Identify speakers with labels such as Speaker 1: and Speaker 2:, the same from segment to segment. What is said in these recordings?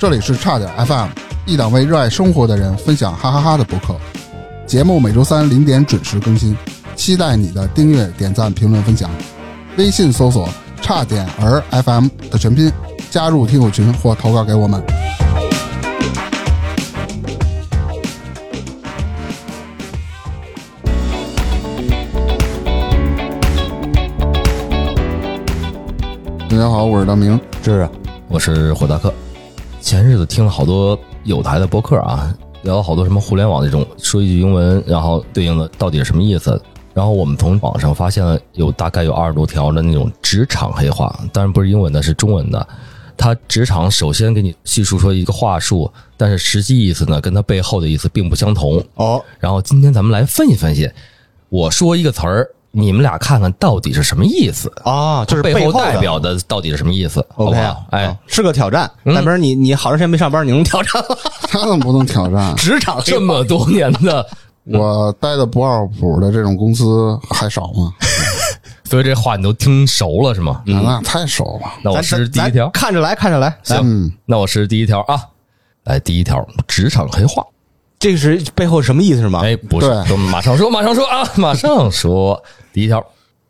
Speaker 1: 这里是差点 FM，一档为热爱生活的人分享哈哈哈的博客。节目每周三零点准时更新，期待你的订阅、点赞、评论、分享。微信搜索“差点儿 FM” 的全拼，加入听友群或投稿给我们。大家好，我是大明。
Speaker 2: 是啊，我是火大客。前日子听了好多有台的播客啊，聊了好多什么互联网这种，说一句英文，然后对应的到底是什么意思。然后我们从网上发现了有大概有二十多条的那种职场黑话，当然不是英文的，是中文的。它职场首先给你叙述说一个话术，但是实际意思呢，跟它背后的意思并不相同。
Speaker 1: 哦，
Speaker 2: 然后今天咱们来分析分析，我说一个词儿，你们俩看看到底是什么意思，
Speaker 3: 啊，就是
Speaker 2: 背
Speaker 3: 后
Speaker 2: 后代
Speaker 3: 的
Speaker 2: 表的到底是什么意思，好不
Speaker 3: OK
Speaker 2: 好
Speaker 3: 啊？，
Speaker 2: 哎
Speaker 3: 啊，是个挑战。大明儿，你你好长时间没上班，你能挑战吗？
Speaker 1: 他怎么不能挑战？啊
Speaker 3: 职场
Speaker 2: 这么多年的，
Speaker 1: 我待的不靠谱的这种公司还少吗？
Speaker 2: 所以这话你都听熟了是吗？
Speaker 1: 啊那太少了。
Speaker 2: 那我
Speaker 3: 咱
Speaker 2: 试哦试第一
Speaker 3: 咱
Speaker 2: 条
Speaker 3: 咱，嗯看着来，看着来。来
Speaker 2: 行，那我试试第一条啊。来，第一条，职场黑话。
Speaker 3: 这个是背后什么意思是吗？
Speaker 2: 哎，不是
Speaker 1: 对，
Speaker 2: 都马上说，马上 说啊，马上说。第一条，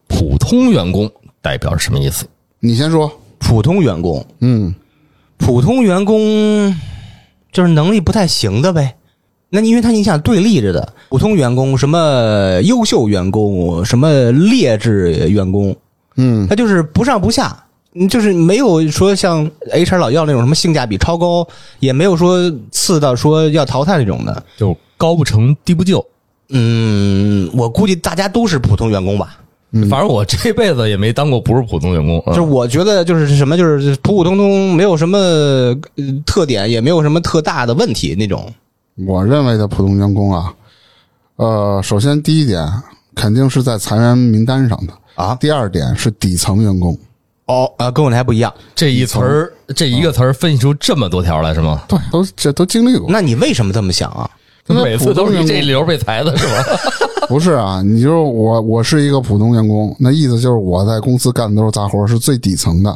Speaker 2: 普通员工代表是什么意思？
Speaker 1: 你先说，
Speaker 3: 普通员工，
Speaker 1: 嗯，
Speaker 3: 普通员工就是能力不太行的呗。那因为他你想对立着的，普通员工、什么优秀员工、什么劣质员工，
Speaker 1: 嗯，
Speaker 3: 他就是不上不下，嗯就是没有说像 HR 老要那种什么性价比超高，也没有说次到说要淘汰那种的。
Speaker 2: 就高不成低不就。
Speaker 3: 嗯，我估计大家都是普通员工吧。
Speaker 2: 反正我这辈子也没当过不是普通员工，
Speaker 3: 嗯就
Speaker 2: 嗯
Speaker 3: 是我觉得就是什么，就是普普通通，没有什么呃特点，也没有什么特大的问题那种。
Speaker 1: 我认为的普通员工啊，呃，首先第一点肯定是在裁员名单上的
Speaker 3: 啊
Speaker 1: 第二点是底层员工，
Speaker 3: 哦，啊，跟我那还不一样。
Speaker 2: 这一词儿，这一个词儿分析出这么多条来是吗？
Speaker 1: 对，都这都经历过。
Speaker 3: 那你为什么这么想啊？
Speaker 1: 因为
Speaker 2: 每次都
Speaker 1: 普
Speaker 2: 是你
Speaker 1: 通
Speaker 2: 这
Speaker 1: 员
Speaker 2: 流被裁的是吗？
Speaker 1: 工不是啊，你就是我，我是一个普通员工，那意思就是我在公司干的都是杂活，是最底层的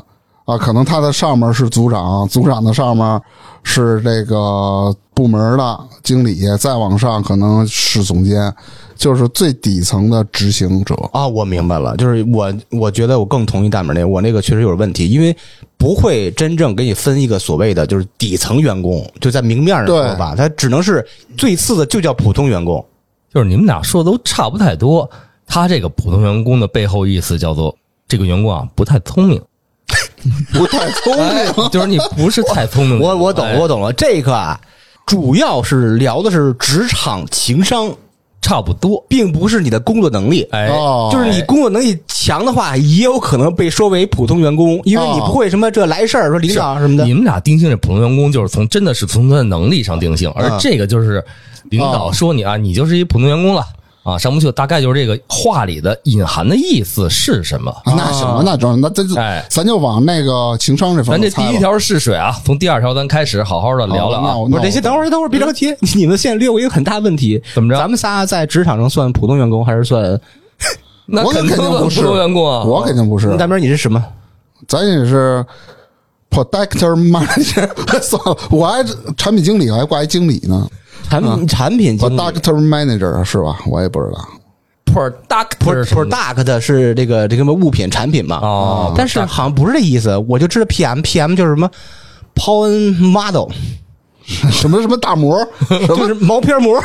Speaker 1: 啊。可能他的上面是组长，组长的上面是这个部门的经理，再往上可能是总监，就是最底层的执行者。
Speaker 3: 啊、我明白了，就是我，我觉得我更同意大门那，我那个确实有问题，因为不会真正给你分一个所谓的就是底层员工，就在明面上说吧，他只能是最次的就叫普通员工。
Speaker 2: 就是你们俩说的都差不太多。他这个普通员工的背后意思叫做这个员工啊不太聪明，哎
Speaker 1: 不太 聪明。
Speaker 2: 就是你不是太聪明的人。
Speaker 3: 我我懂
Speaker 2: 哎，
Speaker 3: 我懂了，这个啊，主要是聊的是职场情商，
Speaker 2: 差不多。
Speaker 3: 并不是你的工作能力。
Speaker 2: 哎，
Speaker 1: 哦，
Speaker 3: 就是你工作能力强的话，也有可能被说为普通员工，因为你不会什么这来事儿，说领导什么的
Speaker 2: 哦你。们俩定性这普通员工，就是从真的是从他的能力上定性，而
Speaker 1: 嗯
Speaker 2: 这个就是领导
Speaker 1: 哦
Speaker 2: 说你啊，你就是一普通员工了啊，上不去了。大概就是这个话里的隐含的意思是什么？
Speaker 1: 啊，那行吧，那装，那这就
Speaker 2: 哎
Speaker 1: 咱就往那个情商这方
Speaker 2: 咱
Speaker 1: 面
Speaker 2: 这
Speaker 1: 猜
Speaker 2: 第
Speaker 1: 吧。
Speaker 2: 一条是水啊，从第二条咱开始好好的
Speaker 1: 好
Speaker 2: 聊聊
Speaker 1: 那
Speaker 2: 啊。
Speaker 1: 我
Speaker 3: 不是
Speaker 1: 那
Speaker 3: 这些，等会儿，等会儿，别着急。 你们现在略过一个很大问题，
Speaker 2: 怎么着
Speaker 3: 咱们仨在职场上算普通员工还是算？
Speaker 2: 那
Speaker 1: 我
Speaker 2: 肯
Speaker 1: 肯
Speaker 2: 定
Speaker 1: 定不是
Speaker 2: 普通员工啊，
Speaker 1: 我肯定不是，
Speaker 3: 大明儿，你是什么？
Speaker 1: 咱也是 protector manager。算了，我还产品经理，我还挂一经理呢
Speaker 2: 嗯
Speaker 3: 产品产品经理
Speaker 1: ，protector manager 是吧？我也不知道。
Speaker 2: product 是什么
Speaker 3: product 是这个这个什么物品产品嘛？
Speaker 2: 哦
Speaker 3: 但是好像不是这意思，我就知道 PM PM 就是什么 Pollen Model，
Speaker 1: 什么什么大模，什么
Speaker 3: 就是毛片膜。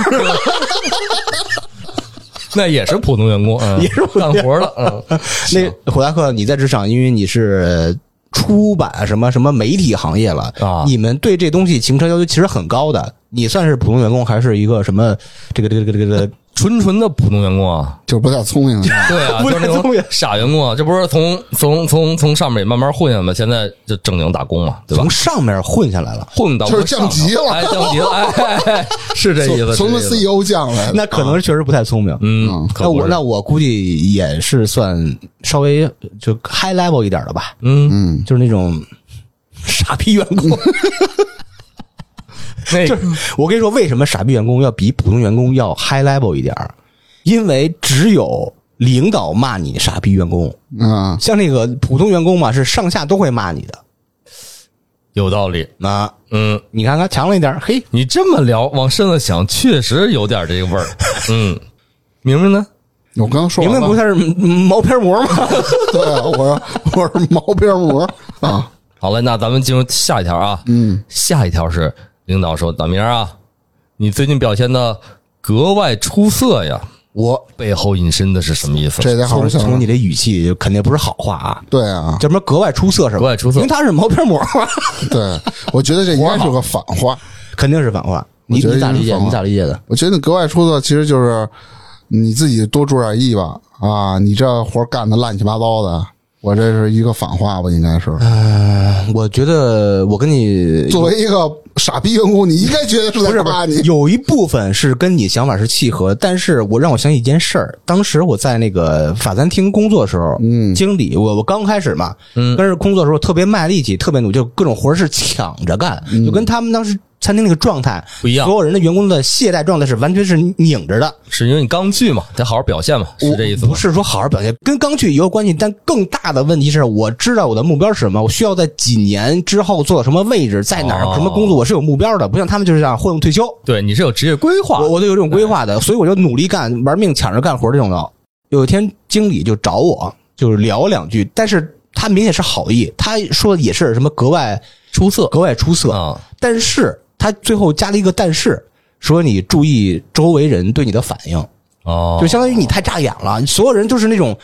Speaker 2: 那也是普通员工，嗯、
Speaker 3: 也是普通
Speaker 2: 干活的，嗯，
Speaker 3: 那火大克，你在职场，因为你是出版什么什么媒体行业了
Speaker 2: 啊
Speaker 3: 你们对这东西情商要求其实很高的。你算是普通员工，还是一个什么这个这个这个这 个
Speaker 2: 纯纯的普通员工啊。
Speaker 1: 就是不太聪明的。
Speaker 2: 对啊，
Speaker 3: 不
Speaker 2: 就是是那
Speaker 3: 中
Speaker 2: 种
Speaker 3: 原
Speaker 2: 傻员工啊，这不是从从从从上面也慢慢混下来嘛，现在就正经打工嘛，对吧
Speaker 3: 从？上面混下来了？
Speaker 2: 混到
Speaker 1: 就是
Speaker 2: 不上
Speaker 1: 降级了
Speaker 2: 哎，降级了，哎，哎哎是这意思，
Speaker 1: 从从
Speaker 2: 是这意思
Speaker 1: CEO E 降来的，
Speaker 3: 那可能是确实不太聪明。
Speaker 2: 嗯，
Speaker 3: 那
Speaker 2: 可不
Speaker 3: 我
Speaker 2: 是
Speaker 3: 那我估计也是算稍微就 high level 一点的吧，
Speaker 2: 嗯，
Speaker 1: 嗯，
Speaker 3: 就是那种傻逼员工。
Speaker 2: 那
Speaker 3: 就是 我跟你说，为什么傻逼员工要比普通员工要 high level 一点儿？因为只有领导骂你傻逼员工，
Speaker 1: 啊，
Speaker 3: 像那个普通员工嘛，是上下都会骂你的。
Speaker 2: 有道理。
Speaker 3: 那
Speaker 2: 嗯，
Speaker 3: 啊你看看强了一点，嘿，
Speaker 2: 你这么聊，往深了想，确实有点这个味儿。嗯，明明呢？
Speaker 1: 我刚说
Speaker 3: 明
Speaker 1: 完
Speaker 3: 明
Speaker 1: 了
Speaker 3: 不是嗯毛片膜吗？
Speaker 1: 对啊，我说 我是毛边膜啊，
Speaker 2: 好嘞，那咱们进入下一条啊。嗯，下一条是领导说：“大明儿啊，你最近表现的格外出色呀。”我背后隐身的是什么意思？
Speaker 1: 这得好好啊
Speaker 3: 从
Speaker 1: 想
Speaker 3: 从
Speaker 1: 想
Speaker 3: 你。这语气肯定不是好话啊，
Speaker 1: 对啊，
Speaker 3: 叫什么格外出色是吧？
Speaker 2: 格外出色
Speaker 3: 因为他是毛片膜嘛，
Speaker 1: 对，我觉得这应该是个反话。
Speaker 3: 肯定是反话。你
Speaker 1: 我觉得
Speaker 3: 你咋
Speaker 1: 这是
Speaker 3: 理解？
Speaker 1: 反话
Speaker 3: 你咋理解的？
Speaker 1: 我觉得格外出色其实就是你自己多注点意吧啊，你这活干的乱七八糟的，我这是一个反话吧，应该是。
Speaker 3: 哎我觉得我跟你
Speaker 1: 作为一个傻逼员工，你应该觉得是
Speaker 3: 不
Speaker 1: 在
Speaker 3: 是不
Speaker 1: 骂
Speaker 3: 是，
Speaker 1: 你。
Speaker 3: 有一部分是跟你想法是契合，但是我让我想起一件事儿。当时我在那个法餐厅工作的时候，嗯，经理，我我刚开始嘛，嗯，但是工作的时候特别卖力气，特别努力，就各种活儿是抢着干，就跟他们当时餐厅那个状态
Speaker 2: 不一样
Speaker 3: 所有人的员工的懈怠状态是完全是拧着的，
Speaker 2: 是因为你刚去嘛，得好好表现嘛，是这意思
Speaker 3: 不
Speaker 2: 吗？
Speaker 3: 是说好好表现，跟刚去也有关系，但更大的问题是，我知道我的目标是什么，我需要在几年之后做到什么位置，在哪儿、
Speaker 2: 哦
Speaker 3: 什么工作，我是有目标的，不像他们就是这样混弄退休。
Speaker 2: 对，你是有职业规划
Speaker 3: 我我都有这种规划的，所以我就努力干，玩命抢着干活这种的。有一天经理就找我，就是聊两句，但是他明显是好意，他说的也是什么格外
Speaker 2: 出色
Speaker 3: 格外出色，
Speaker 2: 啊，
Speaker 3: 但是他最后加了一个但是，说你注意周围人对你的反应。
Speaker 2: 哦，
Speaker 3: 就相当于你太扎眼了，所有人就是那种，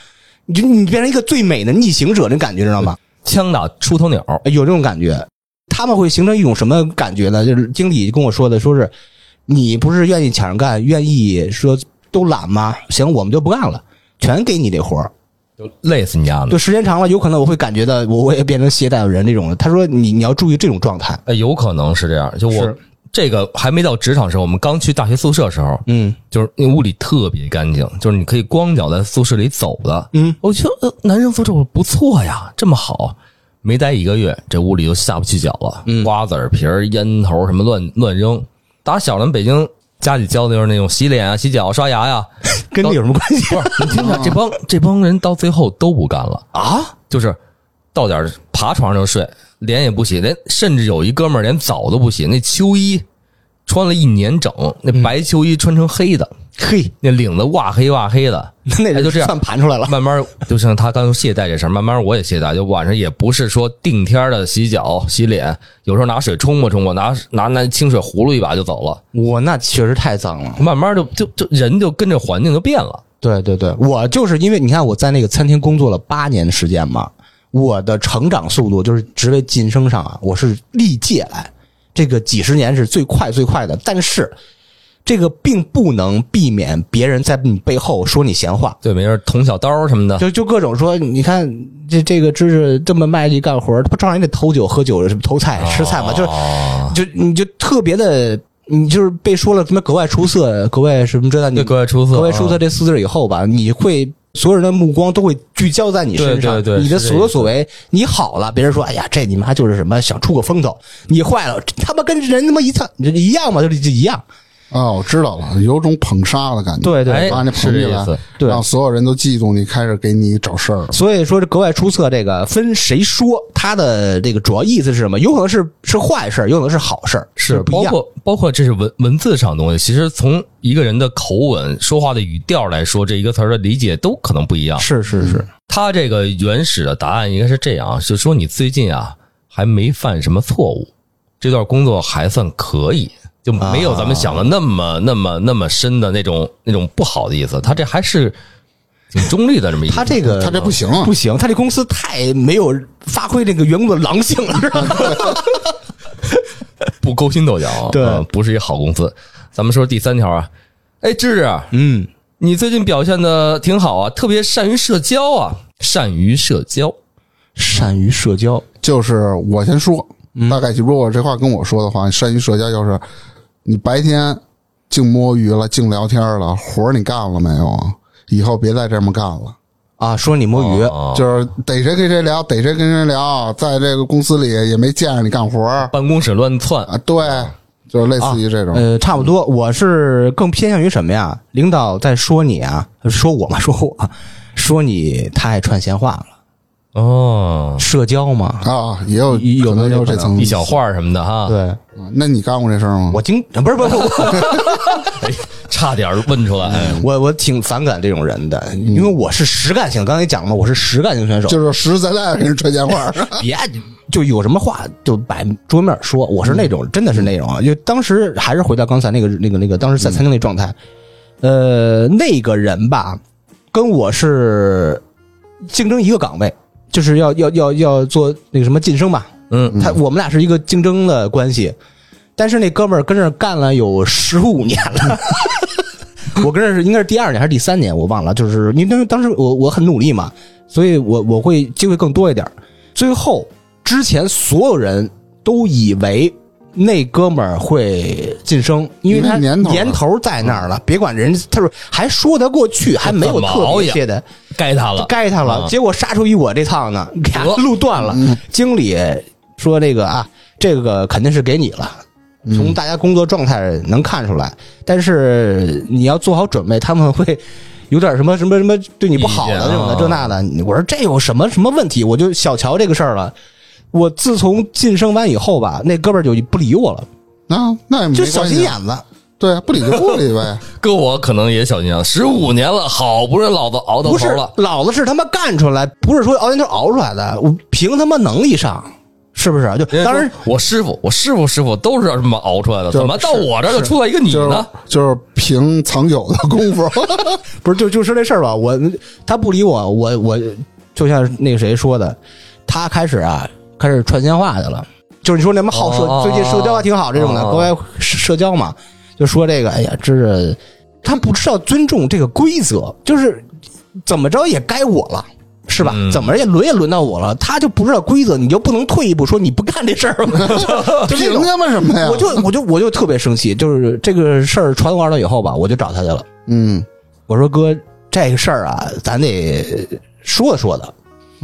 Speaker 3: 你就你变成一个最美的逆行者那感觉，知道吗？
Speaker 2: 枪打出头鸟，
Speaker 3: 有这种感觉，他们会形成一种什么感觉呢？就是经理跟我说的，说是你不是愿意抢着干，愿意说都懒吗？行，我们就不干了，全给你这活儿。
Speaker 2: 就累死你丫的
Speaker 3: 对，！时间长了，有可能我会感觉到我我也变成懈怠的人这种的。他说你你要注意这种状态，
Speaker 2: 哎，有可能是这样。就我
Speaker 3: 是
Speaker 2: 这个还没到职场时候，我们刚去大学宿舍时候，
Speaker 3: 嗯，
Speaker 2: 就是那屋里特别干净，就是你可以光脚在宿舍里走的。
Speaker 3: 嗯，
Speaker 2: 我觉得呃男生宿舍不错呀，这么好。没待一个月，这屋里就下不去脚了，
Speaker 3: 嗯
Speaker 2: 瓜子儿皮儿、烟头什么乱乱扔。打小咱们北京家里教的就是那种洗脸啊、洗脚、刷牙呀、
Speaker 3: 跟这有什么关系
Speaker 2: 不是，你听着，这帮这帮人到最后都不干了，
Speaker 3: 啊？
Speaker 2: 就是到点儿爬床上就睡，脸也不洗，连甚至有一哥们儿连澡都不洗，那秋衣穿了一年整，那白秋衣穿成黑的，
Speaker 3: 嗯嘿，嗯
Speaker 2: 那领子哇黑哇黑的，
Speaker 3: 那
Speaker 2: 哎就这样
Speaker 3: 算盘出来了。
Speaker 2: 慢慢就像他刚懈怠这事儿，慢慢我也懈怠，就晚上也不是说定天儿的洗脚洗脸，有时候拿水冲吧冲吧，拿拿拿清水葫芦一把就走了，
Speaker 3: 我那确实太脏了。
Speaker 2: 慢慢就就就人就跟着环境就变了，
Speaker 3: 对对对，我就是因为你看我在那个餐厅工作了八年的时间嘛，我的成长速度就是职位晋升上啊，我是历届来这个几十年是最快最快的，但是这个并不能避免别人在你背后说你闲话。啊
Speaker 2: 对，没事儿捅小刀儿什么的，
Speaker 3: 就就各种说，你看这这个知识这么卖力干活，他不照样也得偷酒喝酒什么偷菜吃菜嘛，就是
Speaker 2: 哦
Speaker 3: 就你就特别的，你就是被说了什么格外出色，格外什么这那，你
Speaker 2: 对格外出色，
Speaker 3: 格外出色这四个字以后吧，你会所有人的目光都会聚焦在你身上，
Speaker 2: 对对对
Speaker 3: 你的
Speaker 2: 是这
Speaker 3: 所作所为，你好了，别人说哎呀，这你妈就是什么想出个风头，你坏了，这他妈跟人他妈一样，这一样嘛，就是一样，
Speaker 1: 啊，我知道了，有种捧杀的感觉。
Speaker 3: 对对
Speaker 2: 哎
Speaker 1: 把你捧
Speaker 2: 是
Speaker 1: 起
Speaker 2: 这
Speaker 1: 来
Speaker 2: 意思，
Speaker 3: 对
Speaker 1: 让所有人都嫉妒你，开始给你找事儿。
Speaker 3: 所以说这格外出色这个分谁说，它的这个主要意思是什么？有可能是是坏事儿，有可能是好事儿，
Speaker 2: 是
Speaker 3: 不一
Speaker 2: 包
Speaker 3: 样。
Speaker 2: 括包括这是文文字上的东西，其实从一个人的口吻、说话的语调来说，这一个词儿的理解都可能不一样。
Speaker 3: 是是
Speaker 1: 嗯
Speaker 3: 是，
Speaker 2: 他这个原始的答案应该是这样啊，就说你最近啊还没犯什么错误，这段工作还算可以，就没有咱们想的那么、那么那么深的那种那种不好的意思。他这还是挺中立的这么一个，
Speaker 3: 他这个
Speaker 1: 他这不行啊
Speaker 3: 不！行，他这公司太没有发挥这个员工的狼性了，是吧？
Speaker 2: 不勾心斗角啊，
Speaker 3: 对
Speaker 2: 嗯不是一好公司。咱们说第三条啊，哎，芝芝，
Speaker 3: 嗯，
Speaker 2: 你最近表现的挺好啊，特别善于社交啊，善于社交。
Speaker 3: 善于社交，
Speaker 1: 就是我先说，
Speaker 3: 嗯
Speaker 1: 大概如果我这话跟我说的话，善于社交就是你白天净摸鱼了，净聊天了，活儿你干了没有啊？以后别再这么干了。
Speaker 3: 啊，说你摸鱼，
Speaker 2: 哦
Speaker 1: 就是逮谁跟谁聊，逮谁跟谁聊，在这个公司里也没见着你干活
Speaker 3: 啊
Speaker 1: 儿
Speaker 2: 办公室乱窜，
Speaker 1: 啊。对，就是类似于这种。
Speaker 3: 呃，差不多，我是更偏向于什么呀？领 导在说你啊，说我嘛，说我，说你太爱串闲话了，
Speaker 2: 哦，
Speaker 3: 社交嘛。
Speaker 1: 啊，也有
Speaker 3: 有哎有
Speaker 1: 可能
Speaker 3: 有
Speaker 1: 也有这
Speaker 3: 可能
Speaker 1: 层
Speaker 2: 一
Speaker 1: 意思。
Speaker 2: 小画什么的哈，，
Speaker 3: 对，
Speaker 1: 啊那你干过这事儿吗？
Speaker 3: 我经不是不是我
Speaker 2: 差点问出来。
Speaker 3: 我我挺反感这种人的，因为我是实干型，刚才讲嘛，我是实干型选手，
Speaker 1: 就是实实在在给人传闲话，
Speaker 3: 别就有什么话就摆桌面说，我是那种、真的是那种啊，就当时还是回到刚才那个那个那个，当时在餐厅那状态，呃，那个人吧，跟我是竞争一个岗位，就是要要要要做那个什么晋升吧，
Speaker 2: 嗯，
Speaker 3: 他我们俩是一个竞争的关系，但是那哥们儿跟这儿干了有十五年了。 我跟这儿是应该是第二年还是第三年，我忘了。就是因为当时当时我我很努力嘛，所以我我会机会更多一点儿。最后之前所有人都以为那哥们儿会晋升，因为他
Speaker 1: 因为年头儿
Speaker 3: 年头儿在那儿了，别管人家，他说还说得过去，还没有特别切的。
Speaker 2: 该他了，
Speaker 3: 该他了。
Speaker 2: 啊
Speaker 3: 结果杀出一我这趟呢，给他
Speaker 2: 得
Speaker 3: 路断了。
Speaker 1: 嗯
Speaker 3: 经理说那个啊，这个肯定是给你了。
Speaker 1: 嗯
Speaker 3: 从大家工作状态能看出来，但是你要做好准备，他们会有点什么什么什么对你不好的
Speaker 2: 意见啊
Speaker 3: 这种的这那的。我说这有什么什么问题？我就小瞧这个事儿了。我自从晋升完以后吧，那哥们儿就不理我了，
Speaker 1: 啊，那也没
Speaker 3: 就
Speaker 1: 关系
Speaker 3: 小心眼子。
Speaker 1: 对，不理就不理 呗。
Speaker 2: 搁我可能也小心眼，十五年了，好不容易老子熬到
Speaker 3: 不
Speaker 2: 头
Speaker 3: 是
Speaker 2: 了，，
Speaker 3: 老子是他妈干出来，不是说熬年头熬出来的，我凭他妈能力上，是不是？就
Speaker 2: 人家
Speaker 3: 当然
Speaker 2: 说我师傅，我师傅师傅都是这么熬出来的，
Speaker 1: 就是
Speaker 2: 怎么到我这儿就出来一个你
Speaker 1: 就是
Speaker 2: 呢？
Speaker 1: 就是凭藏酒的功夫，
Speaker 3: 不是，就就说这事儿吧。我他不理我，我我就像那个谁说的，他开始啊开始传闲话去了，就是你说那么好社，
Speaker 2: 哦
Speaker 3: 最近社交还挺好这种的，
Speaker 2: 哦
Speaker 3: 国外社社交嘛，就说这个，哎呀，这是他不知道尊重这个规则，就是怎么着也该我了。是吧？
Speaker 2: 嗯
Speaker 3: 怎么也轮也轮到我了，他就不知道规则，你就不能退一步说你不干这事儿 吗？ 就这
Speaker 1: 凭
Speaker 3: 种
Speaker 1: 他妈什么呀？
Speaker 3: 我就我就我就特别生气，就是这个事儿传完了以后吧，我就找他去了。
Speaker 1: 嗯
Speaker 3: 我说哥，这个事儿啊，咱得说说的。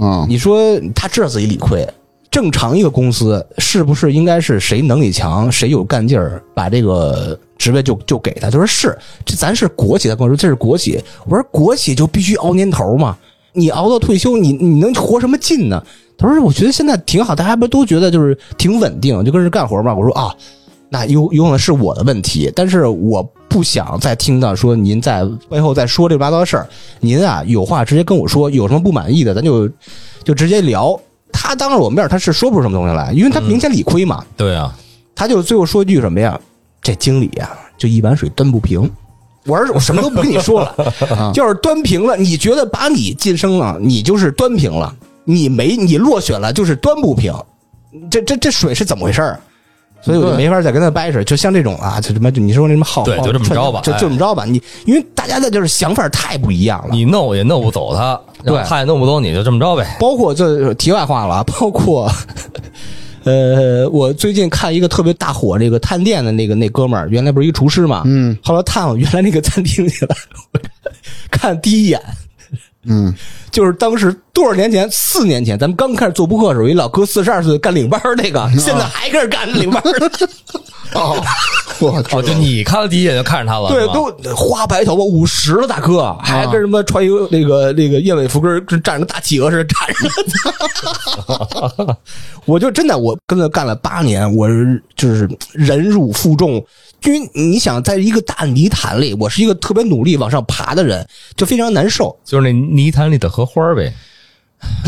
Speaker 1: 啊，
Speaker 3: 你说他知道自己理亏，正常一个公司是不是应该是谁能力强，谁有干劲儿，把这个职位就就给他？他说是，这咱是国企，他跟我说这是国企。我说国企就必须熬年头嘛，你熬到退休，你你能活什么劲呢？他说我觉得现在挺好，大家不都觉得就是挺稳定，就跟着干活嘛。我说啊。那有有可能是我的问题，但是我不想再听到说您在背后再说这八糟事儿。您啊，有话直接跟我说，有什么不满意的，咱就就直接聊。他当着我面，他是说不出什么东西来，因为他明显理亏嘛。
Speaker 2: 对啊，
Speaker 3: 他就最后说一句什么呀？这经理呀、就一碗水端不平。我说我什么都不跟你说 了，啊就是端平了。你觉得把你晋升了，你就是端平了；你没你落选了，就是端不平。这这这水是怎么回事儿？所以我就
Speaker 1: 对
Speaker 3: 没法再跟他掰扯。就像这种啊，就他妈就你说那什么好，
Speaker 2: 对就这么着吧
Speaker 3: 就
Speaker 2: 哎
Speaker 3: 就这么着吧。你因为大家的就是想法太不一样了。
Speaker 2: 你弄也弄不走他，然后
Speaker 3: 对
Speaker 2: 他也弄不走你，就这么着呗。
Speaker 3: 包括这题外话了啊，包括呃，我最近看一个特别大火这个探店的那个那哥们儿，原来不是一个厨师嘛，嗯，后来探我原来那个餐厅去了， 看第一眼。
Speaker 1: 嗯，
Speaker 3: 就是当时多少年前，四年前，咱们刚开始做播客的时候，一老哥四十二岁干领班儿那个，现在还跟着干领班儿呢，
Speaker 1: 啊哦， 我知道
Speaker 2: 哦，就你看了第一眼就看着他了，
Speaker 3: 对
Speaker 2: 是，吧啊
Speaker 3: 都花白头发，五十了，大哥，还跟什么穿一个那个那个燕尾服，跟跟站着大企鹅似的站着。 我就真的，我跟他干了八年，我是就是忍辱负重，因为你想，在一个大泥潭里，我是一个特别努力往上爬的人，就非常难受，
Speaker 2: 就是那泥潭里的荷花呗。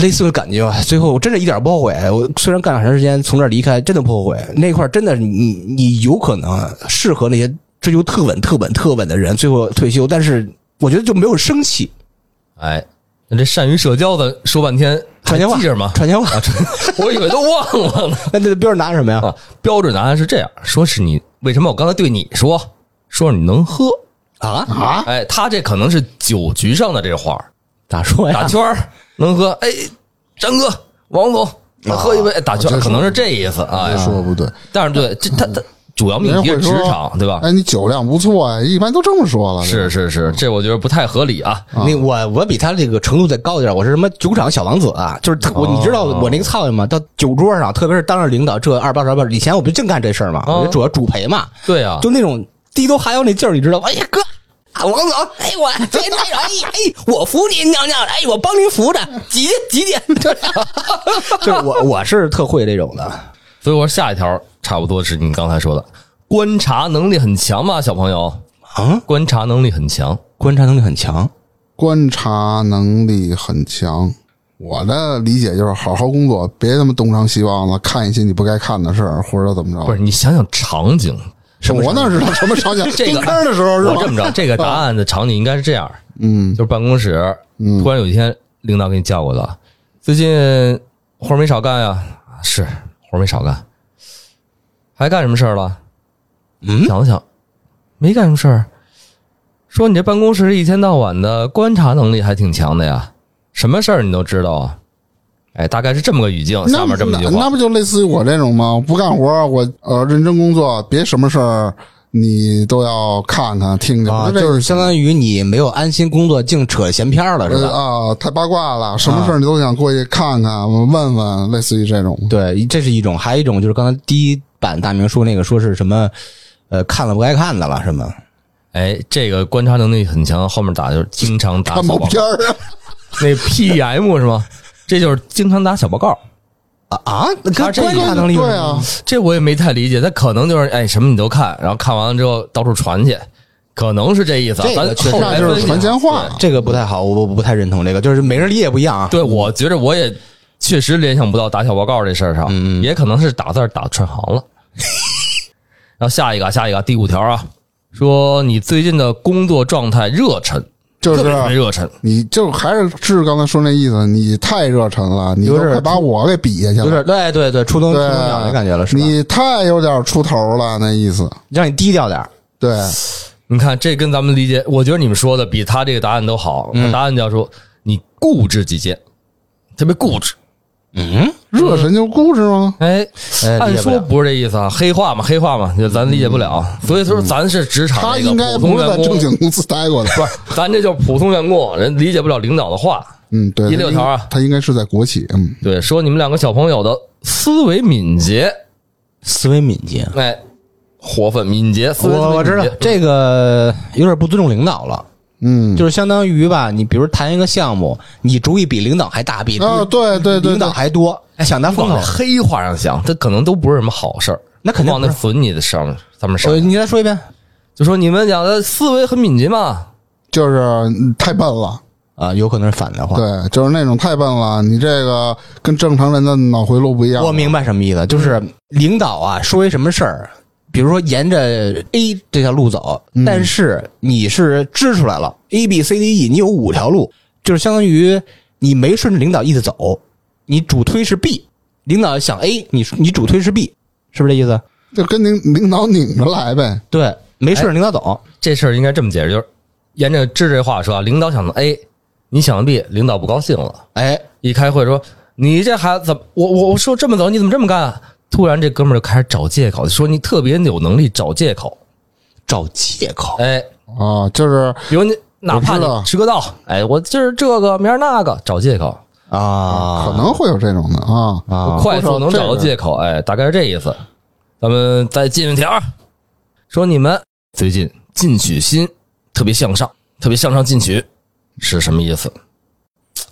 Speaker 3: 类似的感觉吧。最后我真的一点不后悔，哎我虽然干了很长时间，从这儿离开真的不后悔。那块儿真的你，你你有可能适合那些追求特稳、特稳、特稳的人，最后退休，但是我觉得就没有生气。
Speaker 2: 哎，那这善于社交的说半天
Speaker 3: 传闲话
Speaker 2: 还记着吗？
Speaker 3: 传闲话，
Speaker 2: 我以为都忘了呢。
Speaker 3: 那那边拿什么呀？
Speaker 2: 啊，标准答案是这样：说是你为什么我刚才对你说，说你能喝
Speaker 3: 啊，
Speaker 1: 啊，
Speaker 2: 哎，他这可能是酒局上的这话儿，
Speaker 3: 咋说
Speaker 1: 哎
Speaker 2: 打
Speaker 3: 呀？
Speaker 2: 圈儿能喝。哎，张哥、王总，咱喝一杯，
Speaker 1: 啊
Speaker 2: 哎打圈儿
Speaker 1: 这说
Speaker 2: 可能是这意思啊。
Speaker 1: 这
Speaker 2: 哎
Speaker 1: 说的不对。
Speaker 2: 但是对这他他主要命
Speaker 1: 人
Speaker 2: 题
Speaker 1: 会
Speaker 2: 是职
Speaker 1: 说
Speaker 2: 场，对吧？
Speaker 1: 哎，你酒量不错哎，一般都这么说了。
Speaker 2: 是是是，这我觉得不太合理啊。
Speaker 3: 那我我比他这个程度再高一点，我是什么酒场小王子啊？就是特我，
Speaker 2: 哦
Speaker 3: 你知道我那个操性吗？到酒桌上，特别是当着领导这二八十八，以前我不净干这事儿嘛，
Speaker 2: 哦
Speaker 3: 我就主要主陪嘛，
Speaker 2: 对啊，
Speaker 3: 就那种低头哈腰那劲儿，你知道吗？哎呀哥，王总，哎，我这这，哎哎，我扶您尿尿，哎，我帮您扶着，挤挤挤，就这样 就是我我是特会这种的，
Speaker 2: 所以我说下一条差不多是你刚才说的，观察能力很强吧，小朋友？
Speaker 3: 啊，
Speaker 2: 观察能力很强，
Speaker 3: 观察能力很强，
Speaker 1: 观察能力很强。我的理解就是好好工作，别他妈东张西望了，看一些你不该看的事儿，或者怎么着。
Speaker 2: 不是你想想场景，
Speaker 1: 我哪知道什么场景？
Speaker 2: 这个
Speaker 1: 蹲坑的时候是
Speaker 2: 我
Speaker 1: 吧
Speaker 2: 这？么着，这个答案的场景应该是这样：
Speaker 1: 嗯
Speaker 2: 就是办公室，突然有一天领导给你叫过来，最近活儿没少干呀、是活儿没少干，还干什么事儿了？
Speaker 3: 嗯，
Speaker 2: 想了想，没干什么事儿。说你这办公室一天到晚的观察能力还挺强的呀，什么事儿你都知道啊？哎，大概是这么个语境，
Speaker 1: 那
Speaker 2: 下面这么一句
Speaker 1: 那
Speaker 2: 话
Speaker 1: 那。不就类似于我这种吗？不干活儿，我呃认真工作，别什么事儿你都要看看听听。
Speaker 3: 啊，
Speaker 1: 那这
Speaker 3: 就是相当于你没有安心工作，净扯闲篇儿了，是
Speaker 1: 呃
Speaker 3: 吧？
Speaker 1: 啊，太八卦了，什么事儿你都想过去看看、问问，类似于这种。
Speaker 3: 对，这是一种，还有一种就是刚才第一版大明说那个，说是什么，呃，看了不该看的了，是吗？
Speaker 2: 哎，这个观察能力很强，后面打就是经常打
Speaker 1: 看
Speaker 2: 小
Speaker 1: 毛
Speaker 2: 报
Speaker 1: 片
Speaker 2: 告，
Speaker 1: 儿啊，
Speaker 2: 那 PM 是吗？这就是经常打小报告，
Speaker 3: 啊啊，跟
Speaker 2: 他
Speaker 3: 观
Speaker 2: 这
Speaker 3: 察能力有
Speaker 1: 对
Speaker 3: 什么
Speaker 1: 啊，
Speaker 2: 这我也没太理解。他可能就是哎，什么你都看，然后看完了之后到处传去，可能是这意思啊。
Speaker 3: 这个
Speaker 2: 咱
Speaker 3: 确实
Speaker 2: 后
Speaker 1: 那
Speaker 2: 来
Speaker 1: 就
Speaker 2: 分
Speaker 1: 是
Speaker 2: 析
Speaker 1: 传闲话。
Speaker 3: 这个不太好，我不不太认同这个，就是每人理解不一样啊。
Speaker 2: 对，我觉着我也确实联想不到打小报告这事儿上，
Speaker 1: 嗯
Speaker 2: 也可能是打字儿打串行 了。然后下一个啊，下一个啊第五条啊，说你最近的工作状态热忱，
Speaker 1: 就
Speaker 2: 特别
Speaker 1: 是
Speaker 2: 热忱，
Speaker 1: 你就还是是刚才说那意思，你太热忱了，你都
Speaker 3: 有点
Speaker 1: 快把我给比下去
Speaker 3: 有
Speaker 1: 了。
Speaker 3: 点对对对，初中初
Speaker 1: 对
Speaker 3: 中养的感觉了，是吧？
Speaker 1: 你太有点出头了，那意思。
Speaker 3: 让你低调点儿
Speaker 1: 对，
Speaker 2: 你看这跟咱们理解，我觉得你们说的比他这个答案都好。
Speaker 3: 嗯
Speaker 2: 答案叫说你固执己见，特别固执。
Speaker 3: 嗯，
Speaker 1: 热忱就固执吗？
Speaker 2: 哎，
Speaker 3: 哎
Speaker 2: 按
Speaker 3: 理解不了嗯
Speaker 2: 说不是这意思啊，黑话嘛，黑话嘛，就咱理解不了。所以说，咱是职场
Speaker 1: 他
Speaker 2: 这个
Speaker 1: 应该不
Speaker 2: 普通
Speaker 1: 是
Speaker 2: 员
Speaker 1: 在
Speaker 2: 工
Speaker 1: 正，经公司待过的。
Speaker 2: 不是，咱这就是普通员工，人理解不了领导的话。
Speaker 1: 嗯，对。
Speaker 2: 第六条啊
Speaker 1: 他应该是在国企。嗯，
Speaker 2: 对，说你们两个小朋友的思维敏捷，
Speaker 3: 思维敏捷。
Speaker 2: 哎，活泛敏捷，思维
Speaker 3: 我我知道
Speaker 2: 敏捷
Speaker 3: 这个有点不尊重领导了，
Speaker 1: 嗯，
Speaker 3: 就是相当于吧，你比如谈一个项目，你主意比领导还大，比
Speaker 1: 啊，对对对
Speaker 3: 领导
Speaker 1: 对，
Speaker 3: 还多，想当风
Speaker 2: 往
Speaker 3: 口。
Speaker 2: 黑话上想，这可能都不是什么好事儿，
Speaker 3: 那肯定
Speaker 2: 往
Speaker 3: 不
Speaker 2: 那
Speaker 3: 是
Speaker 2: 损你的上面上面上
Speaker 3: 呃，，你再说一遍
Speaker 2: 就说你们俩的思维很敏捷嘛，
Speaker 1: 就是嗯太笨了。
Speaker 3: 啊，有可能是反的话。
Speaker 1: 对，就是那种太笨了，你这个跟正常人的脑回路不一样。
Speaker 3: 我明白什么意思，就是领导啊说一什么事儿，比如说沿着 A 这条路走，但是你是支出来了 A、B、C、D、E，你有五条路，就是相当于你没顺着领导意思走，你主推是 B，领导想 A，你你主推是 B，是不是这意思？哎
Speaker 1: 就跟领领导拧着来呗。
Speaker 3: 对，没顺着领导走，
Speaker 2: 这事儿应该这么解释，就是沿着治这话说啊，领导想的 A，你想的 B，领导不高兴了，
Speaker 3: 哎，
Speaker 2: 一开会说你这孩子怎么，我我我说这么走，你怎么这么干啊？突然这哥们儿就开始找借口，说你特别有能力找借口，
Speaker 3: 找借口，
Speaker 2: 哎，
Speaker 1: 啊，就是
Speaker 2: 比如你哪怕
Speaker 1: 我知
Speaker 2: 你
Speaker 1: 道
Speaker 2: 迟个到，哎，我今儿这个明儿那个找借口，
Speaker 3: 啊，
Speaker 1: 可能会有这种的啊。
Speaker 2: 我
Speaker 3: 啊，
Speaker 2: 快速能找到借口，哎，大概是这意思。咱们再进一条，说你们最近进取心特别向上，特别向上进取是什么意思？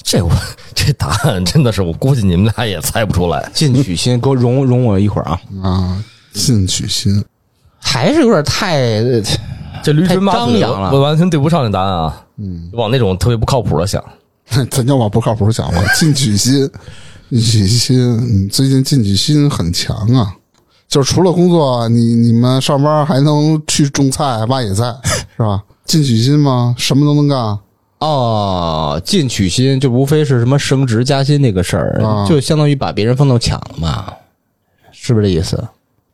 Speaker 2: 这我这答案真的是我估计你们俩也猜不出来。
Speaker 3: 进取心，给我容容我一会儿啊，
Speaker 1: 啊，进取心。
Speaker 3: 还是有点太
Speaker 2: 这驴唇
Speaker 3: 唇
Speaker 2: 马
Speaker 3: 马
Speaker 2: 嘴
Speaker 3: 嘴
Speaker 2: 我我完全对不上这答案啊！嗯，往那种特别不靠谱的想。
Speaker 1: 咱就往不靠谱想吧。进取心，进取心，你嗯最近进取心很强啊。就是除了工作，你你们上班还能去种菜、挖野菜，是吧？进取心吗？什么都能干。啊
Speaker 3: 哦，进取心就无非是什么升职加薪这个事儿，
Speaker 1: 啊
Speaker 3: 就相当于把别人风头抢了嘛，是不是这意思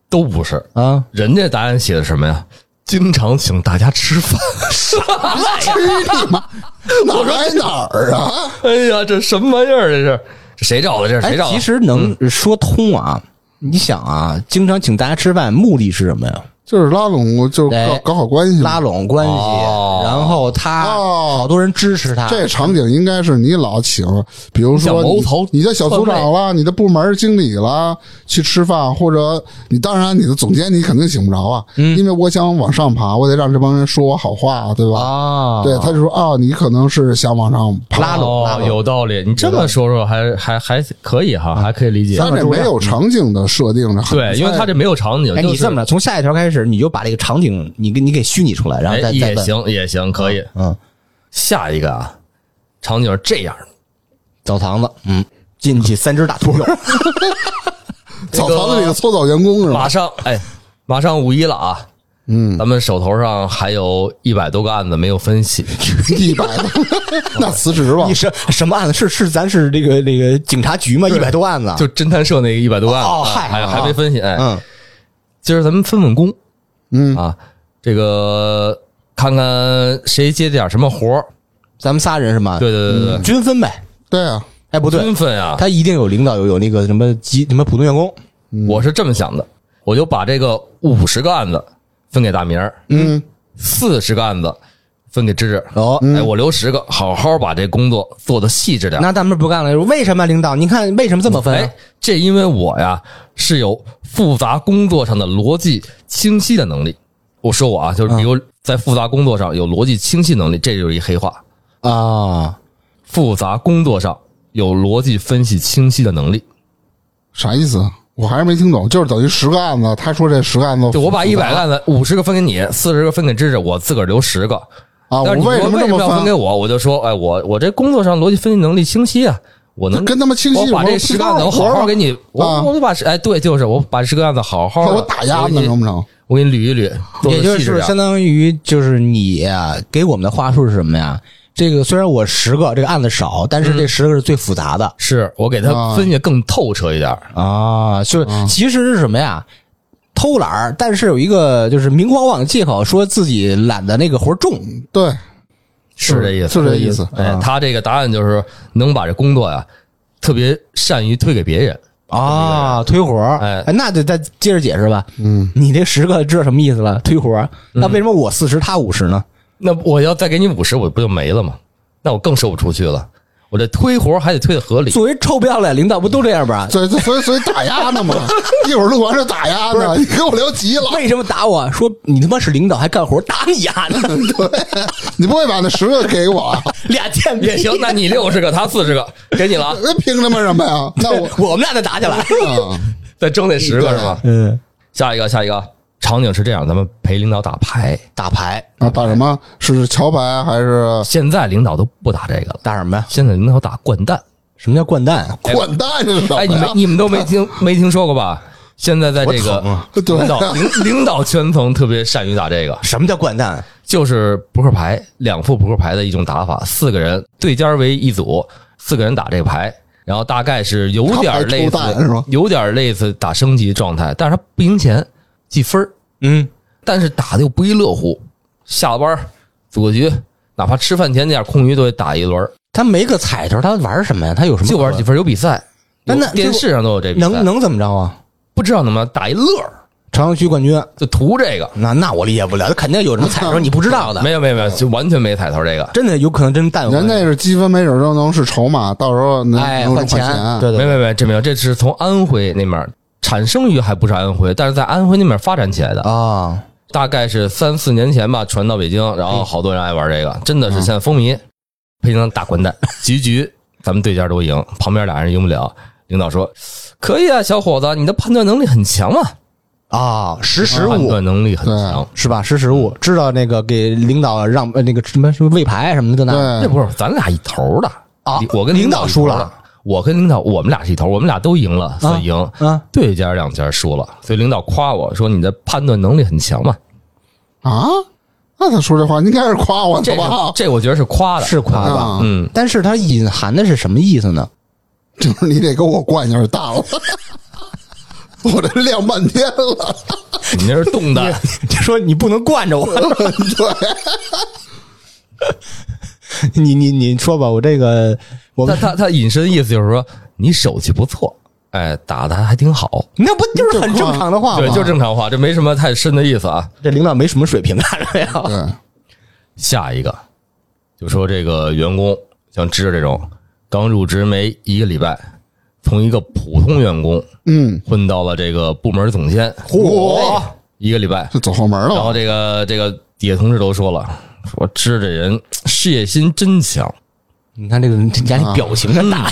Speaker 2: 都不是，
Speaker 3: 啊？
Speaker 2: 人家答案写的什么呀？经常请大家吃饭。
Speaker 1: 哪儿挨哪儿啊？
Speaker 2: 哎呀，这什么玩意儿？这是这谁找的？这是
Speaker 3: 哎
Speaker 2: 谁，找的？
Speaker 3: 其实能说通啊。你想啊，经常请大家吃饭，目的是什么呀？
Speaker 1: 就是拉拢，就是搞
Speaker 3: 哎
Speaker 1: 搞好关系嘛。
Speaker 3: 拉拢关系，
Speaker 2: 哦
Speaker 3: 然后他、
Speaker 1: 哦
Speaker 3: 好多人支持他，
Speaker 1: 这场景应该是你老请，比如说
Speaker 2: 啊你想
Speaker 1: 你
Speaker 2: 谋头
Speaker 1: 你的小组长啦，你的部门经理啦，去吃饭，或者你当然你的总监你肯定请不着啊，
Speaker 2: 嗯
Speaker 1: 因为我想往上爬，我得让这帮人说我好话，对吧？
Speaker 3: 哦
Speaker 2: 啊，
Speaker 1: 对，他就说啊，你可能是想往上爬，
Speaker 3: 拉拢拉
Speaker 2: 哦，
Speaker 3: 拢
Speaker 2: 有道理。你这么说说还还还可以
Speaker 3: 嗯
Speaker 2: 哈，还可以理解。
Speaker 1: 但这没有场景的设定呢，很
Speaker 2: 对，因为他这没有场景，
Speaker 3: 哎，
Speaker 2: 就
Speaker 3: 你
Speaker 2: 是
Speaker 3: 这么着，从下一条开始，你就把这个场景，你给你给虚拟出来，然后
Speaker 2: 哎
Speaker 3: 再再
Speaker 2: 也
Speaker 3: 问，
Speaker 2: 行也行，可以。
Speaker 3: 嗯，
Speaker 2: 下一个啊，场景是这样的，
Speaker 3: 澡堂子，嗯，进去三只大秃 噜，
Speaker 1: 澡堂子里的搓澡员工是吧
Speaker 2: 马？上哎，马上五一了啊，
Speaker 1: 嗯，
Speaker 2: 咱们手头上还有一百多个案子没有分析，
Speaker 1: 一百的， 那辞职吧
Speaker 3: 你。什什么案子？是是咱是这个这个警察局吗？一百多案子啊，
Speaker 2: 就侦探社那个一百多个案子，
Speaker 3: 哦
Speaker 2: 啊
Speaker 3: 嗨
Speaker 2: 还
Speaker 3: 啊
Speaker 2: 还没分析。哎，
Speaker 3: 嗯，
Speaker 2: 今儿咱们分分工，
Speaker 1: 嗯
Speaker 2: 啊，这个看看谁接点什么活儿。
Speaker 3: 咱们仨人是吗？
Speaker 2: 对对对对对，
Speaker 3: 均分呗。
Speaker 1: 对啊，
Speaker 3: 哎，不嗯对，
Speaker 2: 均分啊，
Speaker 3: 他一定有领导，有有那个什么级什么普通员工，
Speaker 2: 我是这么想的，我就把这个五十个案子分给大明儿，
Speaker 1: 嗯，
Speaker 2: 四十个案子分给芝芝。
Speaker 3: 哦，
Speaker 2: 哎，我留十个，好好把这工作做得细致点儿。
Speaker 3: 那咱们不干了。为什么领导？您看为什么这么分啊
Speaker 2: 哎？，这因为我呀是有复杂工作上的逻辑清晰的能力。我说我啊，就是比如在复杂工作上有逻辑清晰能力，这就是一黑话。
Speaker 3: 啊，
Speaker 2: 复杂工作上有逻辑分析清晰的能力，
Speaker 1: 啥意思？我还是没听懂，就是等于十个案子，他说这十个案子复杂，
Speaker 2: 就我把一百个案子五十个分给你，四十个分给芝芝，我自个儿留十个。
Speaker 1: 啊，我
Speaker 2: 但是你说
Speaker 1: 什么这
Speaker 2: 么
Speaker 1: 么
Speaker 2: 要分给我？我就说，哎，我我这工作上逻辑分析能力清晰啊，我能
Speaker 1: 跟他们清晰
Speaker 2: 我把
Speaker 1: 有什
Speaker 2: 这
Speaker 1: 么
Speaker 2: 十
Speaker 1: 不
Speaker 2: 个案子
Speaker 1: 干
Speaker 2: 我
Speaker 1: 活
Speaker 2: 好
Speaker 1: 儿
Speaker 2: 好
Speaker 1: 啊
Speaker 2: 给你，我
Speaker 1: 啊
Speaker 2: 我就把十哎对，就是我把十个案子好好
Speaker 1: 怕
Speaker 2: 的
Speaker 1: 我打压呢，成
Speaker 2: 我给
Speaker 1: 不
Speaker 2: 你
Speaker 1: 成？
Speaker 2: 我给你捋一捋，做得
Speaker 3: 也就
Speaker 2: 细致
Speaker 3: 是
Speaker 2: 点
Speaker 3: 相当于就是你啊给我们的话术是什么呀？这个虽然我十个这个案子少，但是这十个是最复杂的
Speaker 2: 是我给他
Speaker 1: 啊
Speaker 2: 分析更透彻一点儿，
Speaker 3: 啊，就是其实是什么呀？偷懒儿，但是有一个就是明晃晃的借口，说自己懒得那个活儿重，
Speaker 1: 对，
Speaker 2: 是这意思，
Speaker 1: 是这意思
Speaker 2: 哎
Speaker 1: 啊，
Speaker 2: 他这个答案就是能把这工作呀，特别善于推给别人。
Speaker 3: 啊，推活儿，
Speaker 2: 哎
Speaker 3: 那得再接着解释吧。嗯，你这十个知道什么意思了？推活儿，
Speaker 2: 嗯
Speaker 3: 那为什么我四十，他五十呢？
Speaker 2: 那我要再给你五十，我不就没了吗？那我更说不出去了。我这推活还得推的合理，
Speaker 3: 作为臭不要脸领导，不都这样 吧？
Speaker 1: 所以所以所以打压呢嘛，一会儿录完是打压呢，你给我聊急了，
Speaker 3: 为什么打我？说你他妈是领导还干活，打你啊 丫呢？
Speaker 1: 你不会把那十个给我啊？
Speaker 3: 俩贱逼
Speaker 2: 也行。那你六十个，他四十个，给你了啊，
Speaker 1: 那凭什么什么呀？那我
Speaker 3: 我们俩再打起来。
Speaker 1: 啊，
Speaker 2: 再争那十个是吧？
Speaker 3: 嗯，
Speaker 2: 下一个，下一个场景是这样，咱们陪领导打牌。
Speaker 3: 打牌
Speaker 1: 啊打什么是桥牌还是
Speaker 2: 现在领导都不打这个了，
Speaker 3: 打什么呀？
Speaker 2: 现在领导打掼蛋。
Speaker 3: 什么叫掼蛋？
Speaker 1: 滚蛋是什么
Speaker 2: 哎，
Speaker 1: 呀？
Speaker 2: 你们你们都没听没听说过吧？现在在这
Speaker 3: 我
Speaker 2: 个
Speaker 3: 疼 啊
Speaker 2: 领导领领导圈层特别善于打这个，
Speaker 3: 什么叫掼蛋？啊
Speaker 2: 就是扑克牌，两副扑克牌的一种打法，四个人对尖儿为一组，四个人打这个牌，然后大概是有点类似
Speaker 1: 打牌抽蛋是吗，
Speaker 2: 有点类似打升级状态，但是他不赢钱，记分儿
Speaker 3: 嗯，
Speaker 2: 但是打的又不亦乐乎。下了班儿组个局，哪怕吃饭前那点空余都得打一轮儿，
Speaker 3: 他没个彩头，他玩什么呀？他有什么？
Speaker 2: 就玩几。分儿有比赛，
Speaker 3: 那那
Speaker 2: 有电视上都有这比赛，
Speaker 3: 能能怎么着啊？
Speaker 2: 不知道能不能打一乐儿，
Speaker 3: 朝阳区冠军，
Speaker 2: 就图这个。
Speaker 3: 那那我理解不了，他肯定有什么彩头你不知道的。
Speaker 2: 没有没有没有，就完全没彩头这个。
Speaker 3: 真的有可能真蛋有
Speaker 1: 人那是积分，没准都能是筹码，到时候能
Speaker 3: 哎
Speaker 1: 能
Speaker 3: 换
Speaker 1: 钱啊
Speaker 3: 钱，对
Speaker 2: 没
Speaker 3: 对，
Speaker 2: 没没，这没有，这是从安徽那面产生于还不是安徽，但是在安徽那面发展起来的，
Speaker 3: 啊，
Speaker 2: 大概是三四年前吧，传到北京，然后好多人爱玩这个，真的是现在风
Speaker 3: 嗯
Speaker 2: 靡。北京打 滚蛋，局局咱们对家都赢，旁边俩人赢不了。领导说：“可以啊，小伙子，你的判断能力很强啊，
Speaker 3: 啊，识时
Speaker 2: 判
Speaker 3: 务
Speaker 2: 断能力很
Speaker 1: 对
Speaker 2: 强。
Speaker 3: 是吧？识时务，知道那个给领导让呃那个什么什么喂牌什么的那
Speaker 1: 对，
Speaker 2: 这不是咱俩一头的
Speaker 3: 啊
Speaker 2: 我跟
Speaker 3: 领
Speaker 2: 导
Speaker 3: 导输
Speaker 2: 一头
Speaker 3: 了
Speaker 2: 的，我跟领导我们俩是一头，我们俩都赢了，所以赢。
Speaker 3: 啊，
Speaker 2: 对家两家输了，所以领导夸我说你的判断能力很强嘛。
Speaker 1: 啊，那他说这话应该是夸我的
Speaker 2: 这个
Speaker 1: 吧？
Speaker 2: 这我觉得是夸的，
Speaker 3: 是夸的吧？
Speaker 1: 啊，
Speaker 2: 嗯，
Speaker 3: 但是它隐含的是什么意思呢？
Speaker 1: 就是你得给我灌一下大了， 我这晾半天了，
Speaker 2: 你那是动的，
Speaker 3: 就说 你不能惯 着我，对，你你你说吧，我这个我
Speaker 2: 他
Speaker 3: 们
Speaker 2: 他他引申意思就是说你手气不错，哎，打的还挺好， 啊
Speaker 3: 那不就是很正常的话
Speaker 2: 对，
Speaker 3: 吗？
Speaker 2: 就正常话，这没什么太深的意思啊。
Speaker 3: 这领导没什么水平看着呀。
Speaker 1: 对，
Speaker 2: 下一个，就说这个员工像芝芝这种刚入职没一个礼拜，从一个普通员工
Speaker 1: 嗯，
Speaker 2: 混到了这个部门总监，
Speaker 3: 嚯
Speaker 2: 一个礼拜，
Speaker 1: 这走后门
Speaker 2: 然
Speaker 1: 了
Speaker 2: 后这个这个底下同事都说了，说芝芝这人事业心真强，
Speaker 3: 你看这个人家
Speaker 2: 啊
Speaker 3: 那表情真 大呀，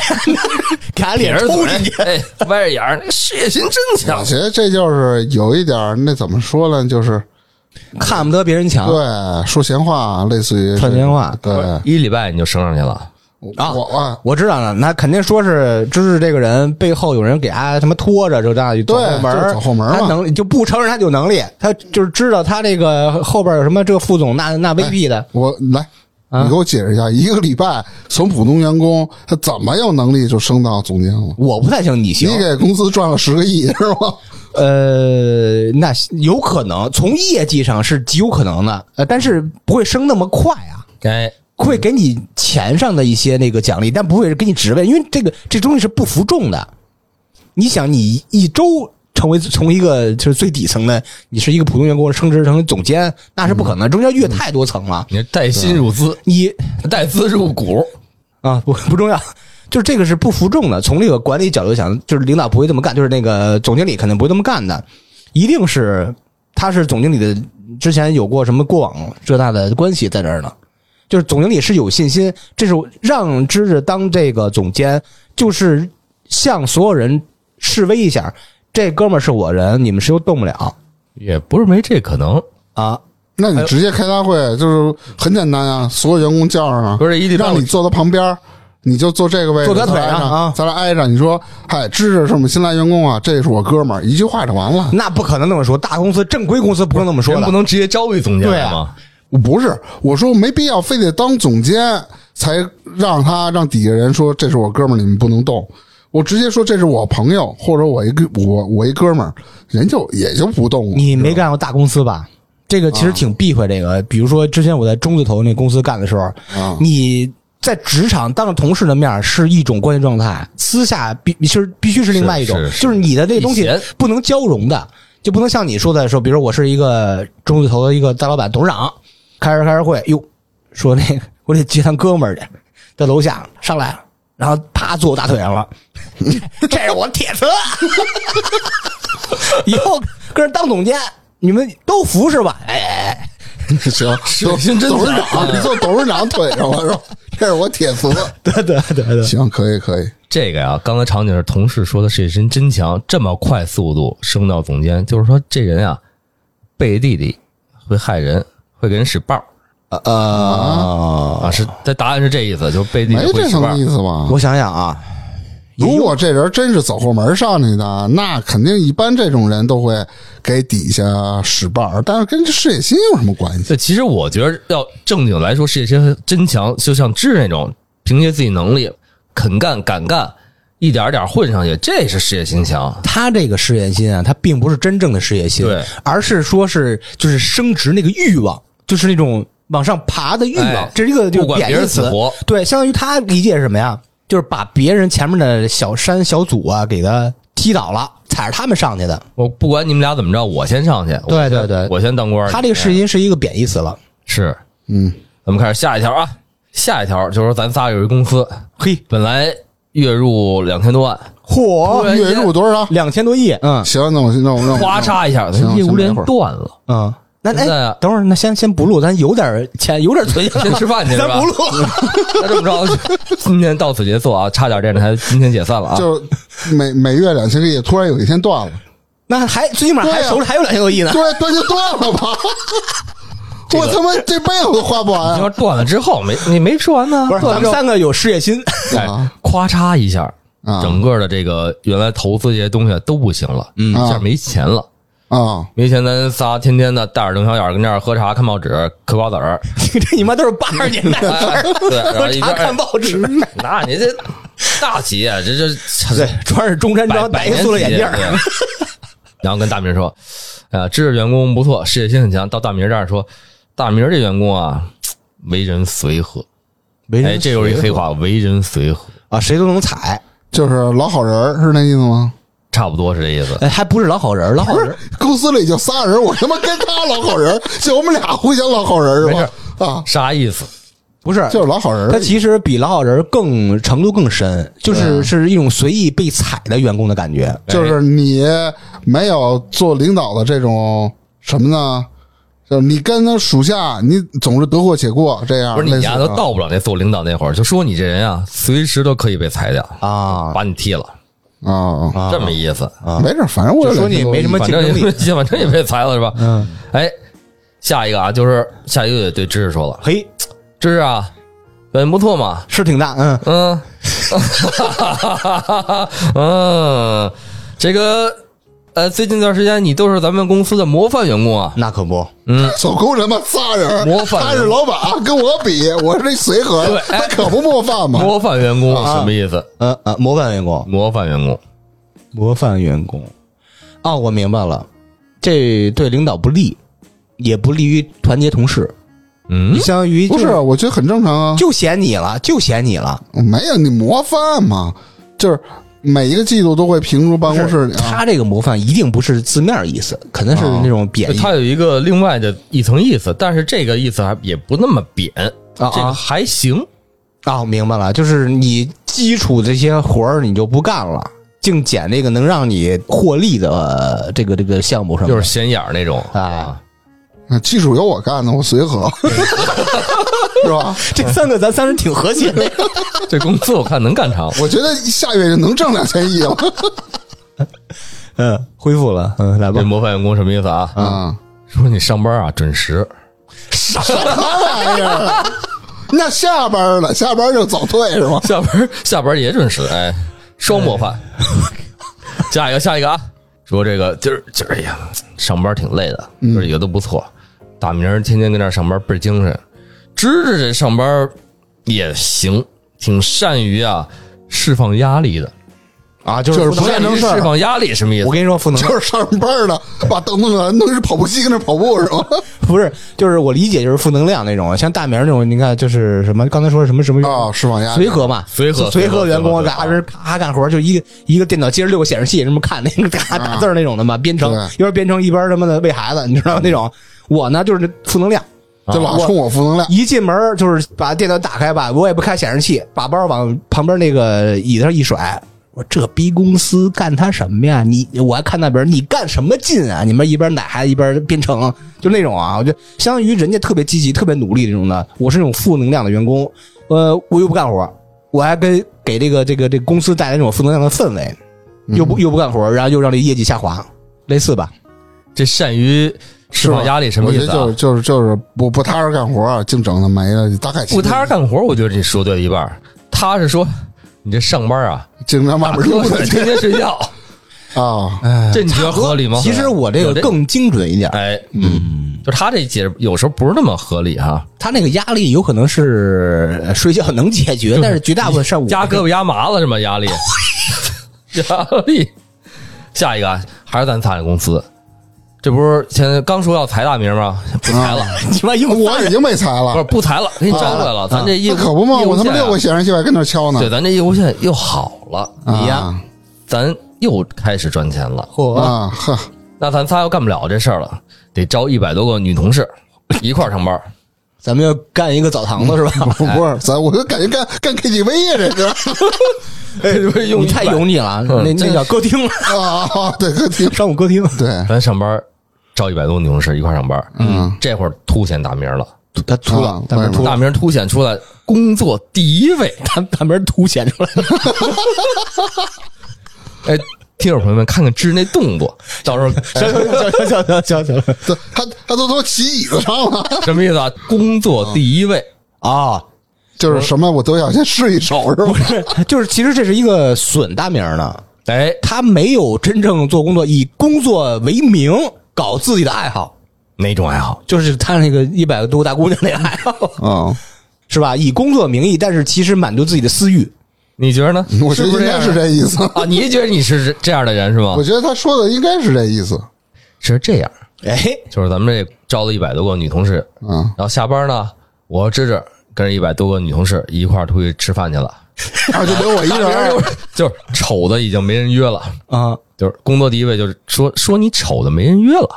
Speaker 3: 给俺啊脸
Speaker 2: 撇着
Speaker 3: 抽进
Speaker 2: 嘴
Speaker 3: 去，，
Speaker 2: 哎，歪着眼儿，事业心真强
Speaker 1: 我。觉得这就是有一点儿那怎么说呢？就是
Speaker 3: 看不得别人
Speaker 2: 啊
Speaker 3: 强。
Speaker 1: 对说闲话，类似于
Speaker 3: 串闲话
Speaker 1: 对，
Speaker 2: 一礼拜你就升上去了，
Speaker 3: 啊
Speaker 1: 我啊，
Speaker 3: 我知道了，那肯定说是芝芝这个人背后有人给他什么拖着，就这样走
Speaker 1: 对
Speaker 3: 后门
Speaker 1: 就
Speaker 3: 儿，
Speaker 1: 是走后门嘛
Speaker 3: 他能就不承认他有能力，他就是知道他这个后边有什么这个副总那那 VP 的，
Speaker 1: 我来，
Speaker 3: 啊
Speaker 1: 你给我解释一下，一个礼拜从普通员工，他怎么有能力就升到总监了？
Speaker 3: 我不太行，你行
Speaker 1: 你，给公司赚了十个亿是吗？
Speaker 3: 呃，那有可能从业绩上是极有可能的，呃，但是不会升那么快啊。
Speaker 2: 哎，
Speaker 3: 会给你钱上的一些那个奖励，但不会给你职位，因为这个这东西是不服众的。你想，你一周成为从一个就是最底层的，你是一个普通员工升职成为总监，那是不可能，中间越太多层了。
Speaker 2: 你是带薪入资，
Speaker 3: 你
Speaker 2: 带资入股，
Speaker 3: 啊，不 不重要，就是这个是不服众的。从这个管理角度讲，就是领导不会这么干，就是那个总经理肯定不会这么干的，一定是他是总经理的之前有过什么过往这那的关系在这儿呢。就是总经理是有信心，这是让芝芝当这个总监，就是向所有人示威一下，这哥们儿是我人，你们谁都动不了
Speaker 2: 也不是没这可能。
Speaker 3: 啊。
Speaker 1: 那你直接开大会就是很简单啊，所有员工叫上啊，
Speaker 2: 不是一礼拜
Speaker 1: 让你坐他旁边儿，你就坐这个位置，
Speaker 3: 坐他腿
Speaker 1: 咱俩挨
Speaker 3: 上啊
Speaker 1: 咱俩挨着。你说，嗨，芝芝是我们新来员工啊，这是我哥们儿，一句话就完了。
Speaker 3: 那不可能那么说，大公司正规公司不能那么说
Speaker 2: 人
Speaker 3: 的
Speaker 2: 不。能直接招一总监
Speaker 3: 对
Speaker 2: 来
Speaker 3: 啊
Speaker 2: 吗？
Speaker 1: 不是，我说没必要非得当总监才让他让底下人说这是我哥们儿，你们不能动。我直接说这是我朋友，或者我一个我我一哥们儿，人就也就不动了。
Speaker 3: 你没干过大公司吧？这个其实挺避讳这个。比如说，之前我在中字头那公司干的时候，
Speaker 1: 啊
Speaker 3: 你在职场当着同事的面儿是一种关系状态，私下必其实必须是另外一种，
Speaker 2: 是是
Speaker 3: 就是你的这东
Speaker 2: 以
Speaker 3: 西
Speaker 2: 前
Speaker 3: 不能交融的，就不能像你说的说，比如说我是一个中字头的一个大老板、董事长，开着开着会，哟，说那个 我得接他哥们儿去，在楼下上来了，然后啪坐我大腿上了， 这是我铁锤。 以后跟人当总监，你们都服是吧？哎哎，哎
Speaker 1: 行，
Speaker 2: 是真
Speaker 1: 董事
Speaker 2: 假
Speaker 3: 啊
Speaker 1: 长，你坐董事长腿上了是吧？这是我铁 磁。
Speaker 3: 对对对对，
Speaker 1: 行，可以可以，
Speaker 2: 这个呀，刚才场景是同事说的事业心真强，这么快速度升到总监，就是说这人啊，背地里会害人，会给人使绊儿
Speaker 3: 呃，
Speaker 2: 啊，是这答案是这意思，就是背地
Speaker 1: 没
Speaker 2: 里会
Speaker 1: 哎这
Speaker 2: 使绊
Speaker 1: 层意
Speaker 2: 儿。
Speaker 1: 思吧？
Speaker 3: 我想想啊，
Speaker 1: 如果这人真是走后门上去的，那肯定一般这种人都会给底下使绊儿，但是跟这事业心有什么关系？
Speaker 2: 对，其实我觉得要正经来说，事业心真强，就像智那种，凭借自己能力肯干敢干，一点儿点儿混上去，这是事业心强。
Speaker 3: 他这个事业心啊，他并不是真正的事业心，
Speaker 2: 对，
Speaker 3: 而是说是就是升职那个欲望，就是那种往上爬的欲望，
Speaker 2: 哎
Speaker 3: 这是一个就
Speaker 2: 不管
Speaker 3: 贬
Speaker 2: 别
Speaker 3: 义
Speaker 2: 人死
Speaker 3: 词
Speaker 2: 活。
Speaker 3: 对，相当于他理解是什么呀？就是把别人前面的小山小组啊给他踢倒了，踩着他们上去的。
Speaker 2: 我不管你们俩怎么着，我先上去。我
Speaker 3: 对
Speaker 2: 先
Speaker 3: 对对
Speaker 2: 我先当官儿去。
Speaker 3: 他这个事业心是一个贬义词了。
Speaker 2: 是，
Speaker 1: 嗯，
Speaker 2: 咱们开始下一条啊，下一条就是说咱仨有一公司，
Speaker 3: 嘿，
Speaker 2: 本来月入两千多万，
Speaker 3: 嚯，
Speaker 1: 月入多 少？
Speaker 3: 两千多亿，嗯
Speaker 1: 行，那我那我那我
Speaker 2: 哗嚓一下，
Speaker 1: 哎行
Speaker 2: 咱业务
Speaker 1: 先
Speaker 2: 链
Speaker 1: 等会儿
Speaker 2: 断了。
Speaker 3: 嗯。那
Speaker 2: 现在
Speaker 3: 哎，等会儿，那先先不录，咱有点钱，有点 存下来
Speaker 2: 先 吃饭去是
Speaker 3: 咱
Speaker 2: 吧
Speaker 3: 不录了。
Speaker 2: 那这么着，今天到此结束啊，差点电台今天解散了啊。
Speaker 1: 就每每月两千个亿，突然有一天断了，
Speaker 3: 那还最起码还
Speaker 1: 对啊
Speaker 3: 手里还有两千多亿呢。
Speaker 1: 对，断就断了 吧。我他妈这辈子都花不
Speaker 2: 你
Speaker 1: 完啊
Speaker 2: 说断了之后没你没说完呢，
Speaker 3: 不是，
Speaker 2: 断了
Speaker 3: 咱
Speaker 2: 之
Speaker 3: 们
Speaker 2: 后
Speaker 3: 三个有事业心，
Speaker 2: 哎，咵嚓一下，
Speaker 1: 啊
Speaker 2: 整个的这个原来投资这些东西都不行了，嗯一下没钱了。
Speaker 1: 啊！
Speaker 2: 没钱，咱仨天天的大眼瞪小眼儿，跟这儿喝茶、看报纸、嗑瓜 子儿，
Speaker 3: 这你妈都是八十年代的事
Speaker 2: 哎
Speaker 3: 儿。
Speaker 2: 对，然后
Speaker 3: 喝
Speaker 2: 一
Speaker 3: 茶
Speaker 2: 边
Speaker 3: 看报纸，
Speaker 2: 那你这大企业，这这
Speaker 3: 对，穿着中山
Speaker 2: 百
Speaker 3: 装，
Speaker 2: 百
Speaker 3: 戴一
Speaker 2: 年
Speaker 3: 塑料眼
Speaker 2: 企业
Speaker 3: 镜儿，
Speaker 2: 对 然后跟大明说：“呃，知识员工不错，事业心很强。”到大明这儿说：“大明这员工啊，为人随和。”哎
Speaker 3: 没
Speaker 2: 哎，这又是一黑话，为人随和。
Speaker 3: 啊，谁都能踩。
Speaker 1: 就是老好人儿，是那意思吗？
Speaker 2: 差不多是这意思。
Speaker 3: 哎，还不是老好人儿，老好
Speaker 1: 不
Speaker 3: 人
Speaker 1: 是
Speaker 3: 儿，
Speaker 1: 公司里就仨人，我他妈跟他老好人，就我们俩互相老好人是
Speaker 2: 没
Speaker 1: 吧？啊，
Speaker 2: 啥意思？
Speaker 3: 不是，
Speaker 1: 就是老好人。
Speaker 3: 他其实比老好人儿更程度更深，就是是一种随意被踩的员工的感觉。
Speaker 2: 哎
Speaker 1: 就是你没有做领导的这种什么呢？就是你跟他属下，你总是得过且过这样。
Speaker 2: 不是
Speaker 1: 类
Speaker 2: 你
Speaker 1: 似
Speaker 2: 丫
Speaker 1: 啊
Speaker 2: 都到不了那做领导那会儿，就说你这人啊，随时都可以被裁掉，
Speaker 3: 啊，
Speaker 2: 把你踢了，
Speaker 1: 啊
Speaker 3: 啊
Speaker 2: 这么意思。
Speaker 1: 啊，没事儿，反正我
Speaker 3: 就
Speaker 1: 有
Speaker 3: 说
Speaker 1: 两
Speaker 3: 你
Speaker 1: 条
Speaker 3: 没什么
Speaker 2: 反
Speaker 3: 竞
Speaker 2: 正
Speaker 3: 争力。
Speaker 2: 也 反正也被裁了是吧？
Speaker 3: 嗯，
Speaker 2: 哎，下一个啊，就是下一个也对芝芝说了，
Speaker 3: 嘿，
Speaker 2: 芝芝啊，表现不错嘛，
Speaker 3: 是挺大，嗯，
Speaker 2: 嗯， 嗯，这个呃，最近一段时间你都是咱们公司的模范员工啊，
Speaker 3: 那可不，
Speaker 1: 总共他妈仨人，
Speaker 2: 模范人
Speaker 1: 他是老板，跟我比，我是那随和
Speaker 2: 对，哎
Speaker 1: 他可不模范嘛。
Speaker 2: 模范员工什么意思？
Speaker 3: 呃呃，模范员工，
Speaker 2: 模范员工，
Speaker 3: 模范员工，哦，我明白了，这对领导不利，也不利于团结同事，
Speaker 2: 嗯，
Speaker 3: 相当于就
Speaker 1: 不是，我觉得很正常啊。
Speaker 3: 就嫌你了，就嫌你了。
Speaker 1: 没有你模范嘛，就是每一个季度都会评出办公室里啊。
Speaker 3: 他这个模范一定不是字面意思，肯定是那种贬义
Speaker 2: 它有一个另外的一层意思，但是这个意思还也不那么扁，
Speaker 3: 啊
Speaker 2: 这个
Speaker 3: 啊
Speaker 2: 还行。
Speaker 3: 啊！我明白了，就是你基础这些活儿你就不干了，净捡这个能让你获利的呃这个这个项目上面，
Speaker 2: 就是显眼儿那种
Speaker 3: 啊。
Speaker 1: 技术由我干的，我随和， 是吧？
Speaker 3: 这三个咱三人挺和谐的。
Speaker 2: 这工作我看能干长。
Speaker 1: 我觉得下月就能挣两千亿了
Speaker 3: 嗯，恢复了，嗯，来吧
Speaker 2: 这。模范员工什么意思啊？
Speaker 1: 啊！
Speaker 2: 说你上班啊准时，
Speaker 1: 啥玩意儿？ 那下班了，下班就早退是吗？
Speaker 2: 下班下班也准时，哎，双模范。下一个，下一个啊！说这个今儿今儿哎呀，上班挺累的，就是也都不错。大明儿天天跟这儿上班倍儿精神，芝芝这上班也行，挺善于啊释放压力的。
Speaker 3: 啊，就
Speaker 1: 就是是不
Speaker 3: 能
Speaker 1: 干
Speaker 3: 干
Speaker 1: 正事儿
Speaker 2: 释放压力什么意思
Speaker 3: 我？跟你说，不能干
Speaker 1: 就是上班了，把灯弄了，弄一跑步机跟那跑步是吗？
Speaker 3: 不是，就是我理解就是负能量那种，像大明儿那种，你看就是什么刚才说什么什么
Speaker 1: 啊，释放压力
Speaker 3: 随。和嘛，
Speaker 2: 随和
Speaker 3: 随和员工
Speaker 2: 随和
Speaker 3: 嘎
Speaker 2: 随和
Speaker 3: 人啪干活，就一个一个电脑接着六个显示器，这么看那个
Speaker 2: 啊
Speaker 3: 嘎打字儿那种的嘛，编程
Speaker 1: 对
Speaker 3: 一边编程一边他妈的喂孩子，你知道吗那种。我呢就是负能量，
Speaker 2: 啊
Speaker 1: 就老冲我负能量，
Speaker 3: 一进门儿就是把电脑打开吧，我也不开显示器，把包往旁边那个椅子上一甩。我这逼公司干他什么呀？你我还看那边，你干什么劲啊？你们一边奶孩子一边编程，就那种啊，我就相当于人家特别积极、特别努力这种的。我是那种负能量的员工，呃，我又不干活，我还跟给这个这个这个公司带来那种负能量的氛围，
Speaker 2: 嗯
Speaker 3: 又不又不干活，然后又让这业绩下滑，类似吧？
Speaker 2: 这善于释
Speaker 1: 是吧
Speaker 2: 放压力什么
Speaker 1: 我
Speaker 2: 意
Speaker 1: 觉
Speaker 2: 思、
Speaker 1: 得
Speaker 2: 啊？
Speaker 1: 就是就是就是不不踏实干活，净整那没了。大概
Speaker 2: 不踏实干活，我觉得你说对了一半儿。他是说你这上班啊，
Speaker 1: 经常外面溜达去
Speaker 2: 天天睡觉，
Speaker 1: 啊。
Speaker 2: 这哎你觉得合理吗？
Speaker 3: 其实我这
Speaker 2: 有
Speaker 3: 个更精准一点，
Speaker 2: 哎，嗯，就他这解释有时候不是那么合理哈、
Speaker 3: 他那个压力有可能是呃睡觉能解 决，但是绝大部分事儿我
Speaker 2: 压胳膊压麻了是吗？压力， 压力。下一个啊，还是咱仨这公司，这不是前刚说要裁大名吗？不裁了，
Speaker 3: 你妈一
Speaker 1: 我已经被裁
Speaker 2: 不是
Speaker 1: 了，
Speaker 2: 不裁了，给你招过来了。咱这业务
Speaker 1: 啊那可不嘛，
Speaker 2: 业务
Speaker 1: 我他妈
Speaker 2: 线啊
Speaker 1: 六个显示器还跟那儿敲呢
Speaker 2: 对，。咱这业务线又好了，
Speaker 3: 你呀
Speaker 1: 啊
Speaker 2: 咱又开始赚钱了。
Speaker 3: 嚯，
Speaker 1: 啊 呵，
Speaker 2: 那咱仨又干不了这事儿了，得招一百多个女同事一块儿上班。
Speaker 3: 咱们要干一个澡堂子是 吧？
Speaker 1: 不不是，咱我就感觉干干 KTV 呀，这是
Speaker 3: 你太油腻了，
Speaker 2: 嗯
Speaker 3: 那那叫歌厅了，
Speaker 1: 啊，对，歌厅
Speaker 3: 上午歌厅。
Speaker 1: 对，
Speaker 2: 咱上班招一百多个女同事一块儿上班，嗯，这会儿凸显大名了，
Speaker 3: 他秃
Speaker 1: 啊
Speaker 3: 了，大门秃，
Speaker 2: 大名凸显出来，工作第一 位。
Speaker 3: 大大门凸显出来了。
Speaker 2: 哎，听友朋友们，看看芝那动作，到时候
Speaker 1: 哎
Speaker 3: 行行行行 行行行行
Speaker 1: 对他他都都骑椅子上了，
Speaker 2: 什么意思啊？工作
Speaker 1: 嗯
Speaker 2: 第一位，
Speaker 3: 啊，
Speaker 1: 就是什么我都想先试一手，是吧？
Speaker 3: 就是其实这是一个损大名呢，
Speaker 2: 哎，
Speaker 3: 他没有真正做工作，以工作为名搞自己的爱好，
Speaker 2: 哪种爱好？
Speaker 3: 就是他那个一百多个大姑娘那个爱好。
Speaker 1: 啊，
Speaker 3: 是吧？以工作名义，但是其实满足自己的私欲。
Speaker 2: 你觉得呢？
Speaker 1: 我觉得
Speaker 2: 不
Speaker 1: 应该
Speaker 2: 这样
Speaker 1: 是这意思。
Speaker 2: 啊？你觉得你是这样的人是吗
Speaker 1: 我？觉得他说的应该是这意思
Speaker 2: 是这样，
Speaker 3: 哎，
Speaker 2: 就是咱们这招了一百多个女同事，
Speaker 1: 啊
Speaker 2: 然后下班呢，我和芝芝跟着一百多个女同事一块儿出去吃饭去了。
Speaker 1: 啊，就 留我一人，
Speaker 2: 就是丑的已经没人约了，
Speaker 3: 啊，
Speaker 2: 就是工作第一位，就是说说你丑的没人 约了。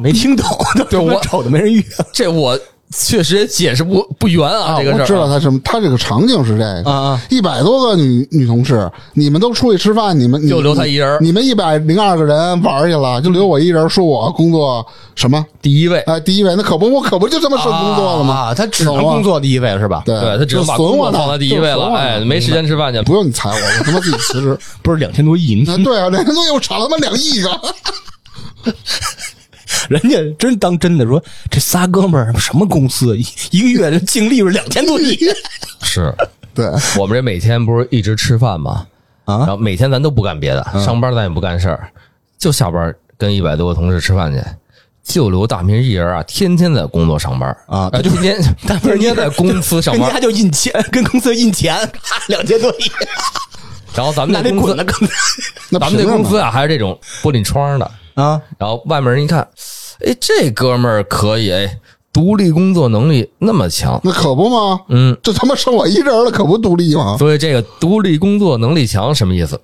Speaker 3: 没 听懂，
Speaker 2: 对我
Speaker 3: 瞅的没人约，
Speaker 2: 这我确实也解释不不圆啊，这个事
Speaker 1: 我
Speaker 2: 儿。
Speaker 1: 知道他什么，他这个场景是这个
Speaker 3: 啊啊，
Speaker 1: 一百多个女女同事，你们都出去吃饭，你们你
Speaker 2: 就留他一人儿
Speaker 1: 你们一百零二个人玩去了，就留我一人儿，说我工作什么？
Speaker 2: 第一位，
Speaker 1: 哎，第一位，那可不，我可不就这么剩工作了吗？
Speaker 3: 啊，他只能
Speaker 1: 懂吗
Speaker 3: 工作第一位是吧？
Speaker 1: 对
Speaker 2: 对他只
Speaker 1: 嗯就
Speaker 2: 能
Speaker 1: 损
Speaker 2: 把工
Speaker 1: 我
Speaker 2: 作
Speaker 1: 呢
Speaker 2: 放在第一位
Speaker 1: 就损
Speaker 2: 了，
Speaker 1: 我呢
Speaker 2: 哎，没时间吃饭去。
Speaker 1: 不用你踩我，我他妈自己辞职。
Speaker 3: 不是两千 多亿，
Speaker 1: 啊，对啊，两千多亿我炒他妈两亿个，
Speaker 3: 人家真当真的说，这仨哥们儿什么公司，一一个月就净利润两千多 亿
Speaker 2: 是
Speaker 1: 对，
Speaker 2: 我们这每天不是一直吃饭吗？然
Speaker 3: 啊！
Speaker 2: 后每天咱都不干别的，
Speaker 1: 嗯
Speaker 2: 上班咱也不干事儿，就下班跟一百多个同事吃饭去。就留大明一人啊，天天在工作上班
Speaker 3: 啊
Speaker 2: 哎
Speaker 3: 就
Speaker 2: 天天
Speaker 3: 大明
Speaker 2: 天天在公司上
Speaker 3: 人
Speaker 2: 班
Speaker 3: 家，就印钱，跟公司印钱，两千多亿，
Speaker 2: 然后咱们
Speaker 3: 那
Speaker 2: 这
Speaker 3: 得
Speaker 2: 公
Speaker 3: 滚了
Speaker 2: 司，
Speaker 3: 更
Speaker 1: 那
Speaker 2: 咱们这
Speaker 1: 凭什
Speaker 2: 公
Speaker 1: 么
Speaker 2: 司啊还是这种玻璃窗的，
Speaker 3: 啊！
Speaker 2: 然后外面人一看，哎，这哥们儿可以，哎，独立工作能力那么强，
Speaker 1: 那可不吗？
Speaker 2: 嗯，
Speaker 1: 这他妈剩我一人了，可不独立吗？
Speaker 2: 所以这个独立工作能力强什么意思？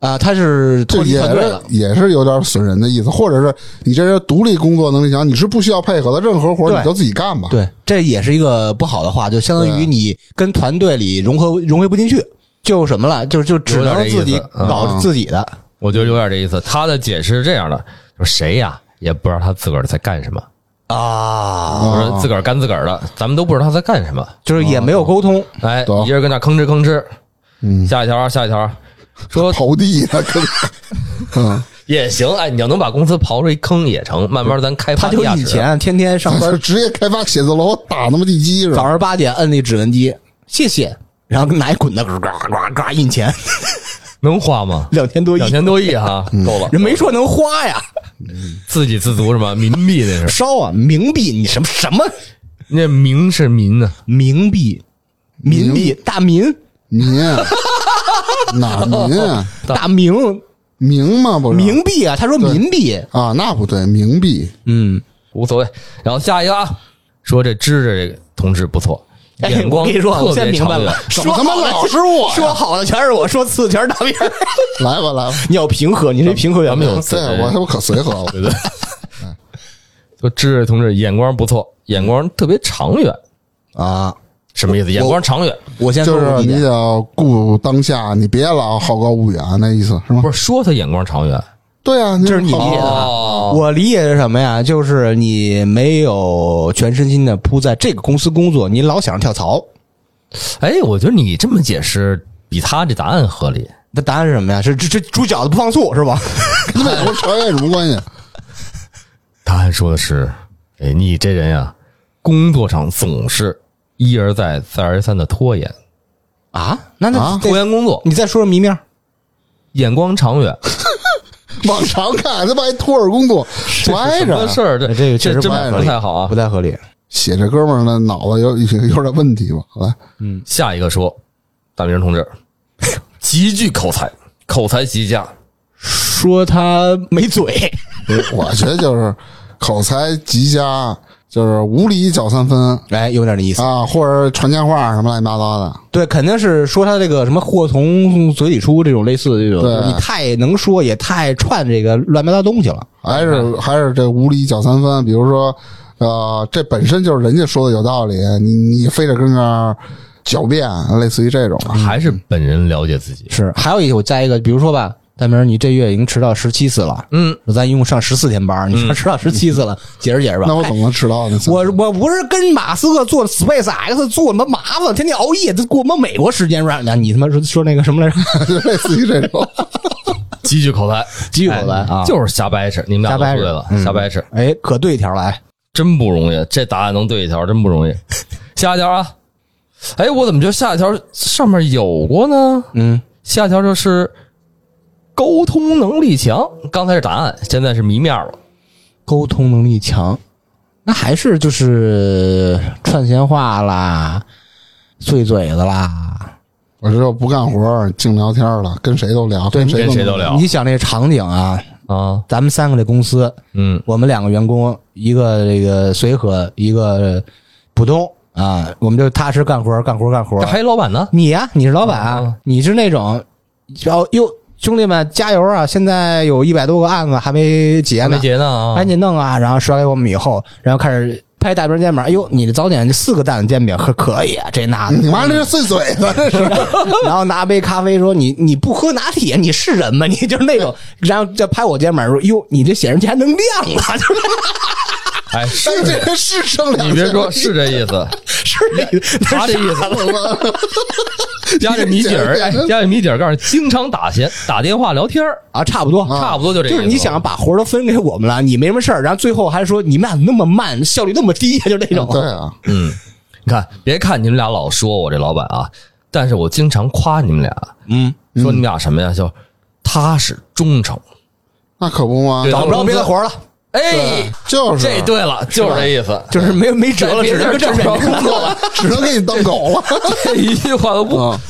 Speaker 3: 啊，他是脱
Speaker 1: 这
Speaker 3: 离
Speaker 1: 也
Speaker 3: 团队
Speaker 1: 是
Speaker 3: 了，
Speaker 1: 也是有点损人的意思，或者是你这人独立工作能力强，你是不需要配合的，任何活儿
Speaker 3: 对
Speaker 1: 你就自己干吧。，
Speaker 3: 对，这也是一个不好的话，就相当于你跟团队里融合融合不进去，就什么了，就就只
Speaker 2: 有点
Speaker 3: 能
Speaker 2: 这意思
Speaker 3: 自己
Speaker 2: 嗯
Speaker 3: 搞自己的。
Speaker 2: 我觉得有点这意思。他的解释是这样的：就是谁呀，也不知道他自个儿在干什么，
Speaker 3: 啊，
Speaker 2: 我说自个儿干自个儿的，咱们都不知道他在干什么。
Speaker 3: 就是也没有沟通，
Speaker 2: 哎，
Speaker 1: 懂
Speaker 2: 一人跟那吭哧吭哧，嗯，下一条啊，下一 条啊，说
Speaker 1: 刨地呢，可嗯，
Speaker 2: 也行，哎，你要能把公司刨出一坑也成，慢慢咱开
Speaker 3: 他
Speaker 2: 发
Speaker 3: 就
Speaker 2: 地下
Speaker 3: 以
Speaker 2: 室。
Speaker 3: 前天天上
Speaker 1: 咱
Speaker 3: 班
Speaker 1: 就职业开发写字楼打他妈地基是
Speaker 3: 早
Speaker 1: 吧？
Speaker 3: 上八点摁那指纹机，谢谢，然后拿一滚子，呱呱呱呱印钱，
Speaker 2: 能花吗？
Speaker 3: 两千多亿
Speaker 2: 两，千多亿哈，够了。
Speaker 3: 嗯人没说能花呀，
Speaker 2: 自给自足是吗？民币那是，
Speaker 3: 烧啊，冥币，你什么什么
Speaker 2: 那民是民呢？
Speaker 3: 冥币，民币，大民，
Speaker 1: 民啊哪民啊
Speaker 3: 大明
Speaker 1: 明吗？不是
Speaker 3: 冥币啊，他说民币，
Speaker 1: 啊，那不对，冥币
Speaker 3: 嗯，
Speaker 2: 无所谓。然后下一个啊，说这知识这个同志不错，
Speaker 3: 哎
Speaker 2: 眼光
Speaker 3: 我跟你说，我
Speaker 2: 特
Speaker 3: 现在
Speaker 2: 别
Speaker 3: 明白
Speaker 2: 长
Speaker 3: 了
Speaker 2: 远。，
Speaker 1: 怎
Speaker 3: 说
Speaker 1: 么他妈
Speaker 3: 好的
Speaker 1: 老是我呀
Speaker 3: 说好的全是我，说次的全是大明，
Speaker 1: 来吧来吧，
Speaker 3: 你要平和，你这平和
Speaker 2: 咱
Speaker 3: 原
Speaker 2: 们有
Speaker 1: 对我他妈可随和了，
Speaker 2: 对对，说知识同志眼光不错，眼光特别长远，
Speaker 3: 啊，
Speaker 2: 什么意思？眼光长远
Speaker 3: 我先
Speaker 1: 就
Speaker 3: 说我
Speaker 1: 是
Speaker 3: 一
Speaker 1: 你
Speaker 3: 点
Speaker 1: 得顾当下，你别老好高骛远，啊那意思是吗？
Speaker 2: 不是说他眼光长远
Speaker 1: 对啊，
Speaker 3: 这是你
Speaker 1: 好
Speaker 3: 理解的
Speaker 2: 哦
Speaker 3: 我理解是什么呀？就是你没有全身心的扑在这个公司工作，你老想着跳槽。
Speaker 2: 哎，我觉得你这么解释比他这答案合理。
Speaker 3: 那答案是什么呀？是这这煮饺子不放醋是吧？
Speaker 1: 跟美国朝鲜有什么 关系？
Speaker 2: 答案说的是，哎，你这人呀、工作上总是一而再、再而三的拖延，
Speaker 3: 啊，那那、
Speaker 1: 啊
Speaker 2: 拖延工作，
Speaker 3: 你再说说谜面儿，
Speaker 2: 眼光长远，
Speaker 1: 往常看，他妈还托儿工作，不挨
Speaker 2: 什么
Speaker 1: 着
Speaker 2: 事儿？这
Speaker 3: 啊哎这个确
Speaker 2: 这
Speaker 3: 实不
Speaker 2: 真
Speaker 3: 太合
Speaker 2: 不
Speaker 3: 理
Speaker 2: 太好啊
Speaker 3: 不。太合理。
Speaker 1: 写这哥们儿呢，脑子有 有有点问题吧？来，
Speaker 2: 下一个说，大明同志极具口才，口才极佳，
Speaker 3: 说他没嘴，
Speaker 1: 我觉得就是口才极佳，就是无理搅三分
Speaker 3: 哎，有点那意思。
Speaker 1: 啊，或者传闲话什么乱七八糟的。
Speaker 3: 对，肯定是说他这个什么祸从嘴里出这种类似的这种，
Speaker 1: 对
Speaker 3: 就是你太能说，也太串这个乱七八糟东西了。
Speaker 1: 还
Speaker 3: 嗯
Speaker 1: 是还是这无理搅三分，比如说，呃，这本身就是人家说的有道理，你你非得跟那儿狡辩，类似于这种啊。
Speaker 2: 还是本人了解自己。
Speaker 3: 是，还有一个我加一个，比如说吧，大明儿，你这月已经迟到十七次了，
Speaker 2: 嗯，
Speaker 3: 说咱一共上十四天班儿，你说迟到十七次了， 解释解释吧。
Speaker 1: 那
Speaker 2: 哎
Speaker 1: 我怎么能迟到呢？
Speaker 3: 我我不是跟马斯克做 Space X 做什么麻烦，天天熬夜，这过我们美国时间让你他妈说说那个什 么来着？
Speaker 1: 就类似于这种，
Speaker 2: 极具口才，哎
Speaker 3: 基友们啊，
Speaker 2: 就是瞎掰扯。你们俩
Speaker 3: 瞎
Speaker 2: 都
Speaker 3: 掰
Speaker 2: 对
Speaker 3: 扯
Speaker 2: 了，
Speaker 3: 嗯
Speaker 2: 瞎掰扯，
Speaker 3: 哎，可对一条来，
Speaker 2: 真不容易。这答案能对一条，真不容易。下一条啊，哎，我怎么觉得下一条上面有过呢？
Speaker 3: 嗯，
Speaker 2: 下一条就是沟通能力强，刚才是答案，现在是谜面了。
Speaker 3: 沟通能力强，那还是就是串闲话啦，碎嘴子啦。
Speaker 1: 我这不干活儿，净聊天儿了，跟谁都聊，跟谁
Speaker 2: 跟谁
Speaker 1: 能
Speaker 2: 都聊
Speaker 3: 你想这场景啊，
Speaker 2: 啊，
Speaker 3: 咱们三个这公司，
Speaker 2: 嗯，
Speaker 3: 我们两个员工，一个这个随和，一个浦东啊，我们就踏实干活，干活，干活
Speaker 2: 这。还有老板呢？
Speaker 3: 你呀、你是老板，
Speaker 2: 啊
Speaker 3: 你是那种，要哟，兄弟们加油啊！现在有一百多个案子还没结
Speaker 2: 还
Speaker 3: 呢，
Speaker 2: 没结呢啊！
Speaker 3: 赶紧弄啊！然后甩给我们以后，然后开始拍大饼肩膀，哎呦，你早点四个蛋煎饼可可以啊，这那 的。
Speaker 1: 你妈这是碎嘴子，这是
Speaker 3: 然后拿杯咖啡说你你不喝拿铁你是人吗？你就是那种，然后再拍我肩膀说哟，你这显示器还能亮啊， 就是
Speaker 2: 哎，是
Speaker 1: 但这人是剩两
Speaker 2: 你别 说， 是这意思，
Speaker 3: 是这意 思，
Speaker 2: 啥这意思？加这谜底 儿，哎，加这谜底儿，告诉你，经常打闲打电话聊天儿，
Speaker 3: 啊，差不多，
Speaker 2: 差不多就这意
Speaker 3: 就
Speaker 2: 思。
Speaker 3: 是你想把活儿都分给我们了，你没什么事儿，然后最后还说你们俩怎么那么慢，效率那么低，就那种。
Speaker 1: 对啊，
Speaker 2: 你看，别看你们俩老说我这老板啊，但是我经常夸你们俩，
Speaker 3: 嗯，
Speaker 2: 说你们俩什么呀？就踏实忠诚。
Speaker 1: 那可不吗
Speaker 2: 对？
Speaker 3: 找不着别的活儿了，
Speaker 2: 哎，
Speaker 1: 就是
Speaker 2: 这对了，就是这意思。
Speaker 3: 就是没没辙了，只能跟这
Speaker 2: 找 不着
Speaker 3: 边
Speaker 2: 工 作了，
Speaker 1: 只能给你当狗 了。
Speaker 2: 这一句话都不
Speaker 1: 啊，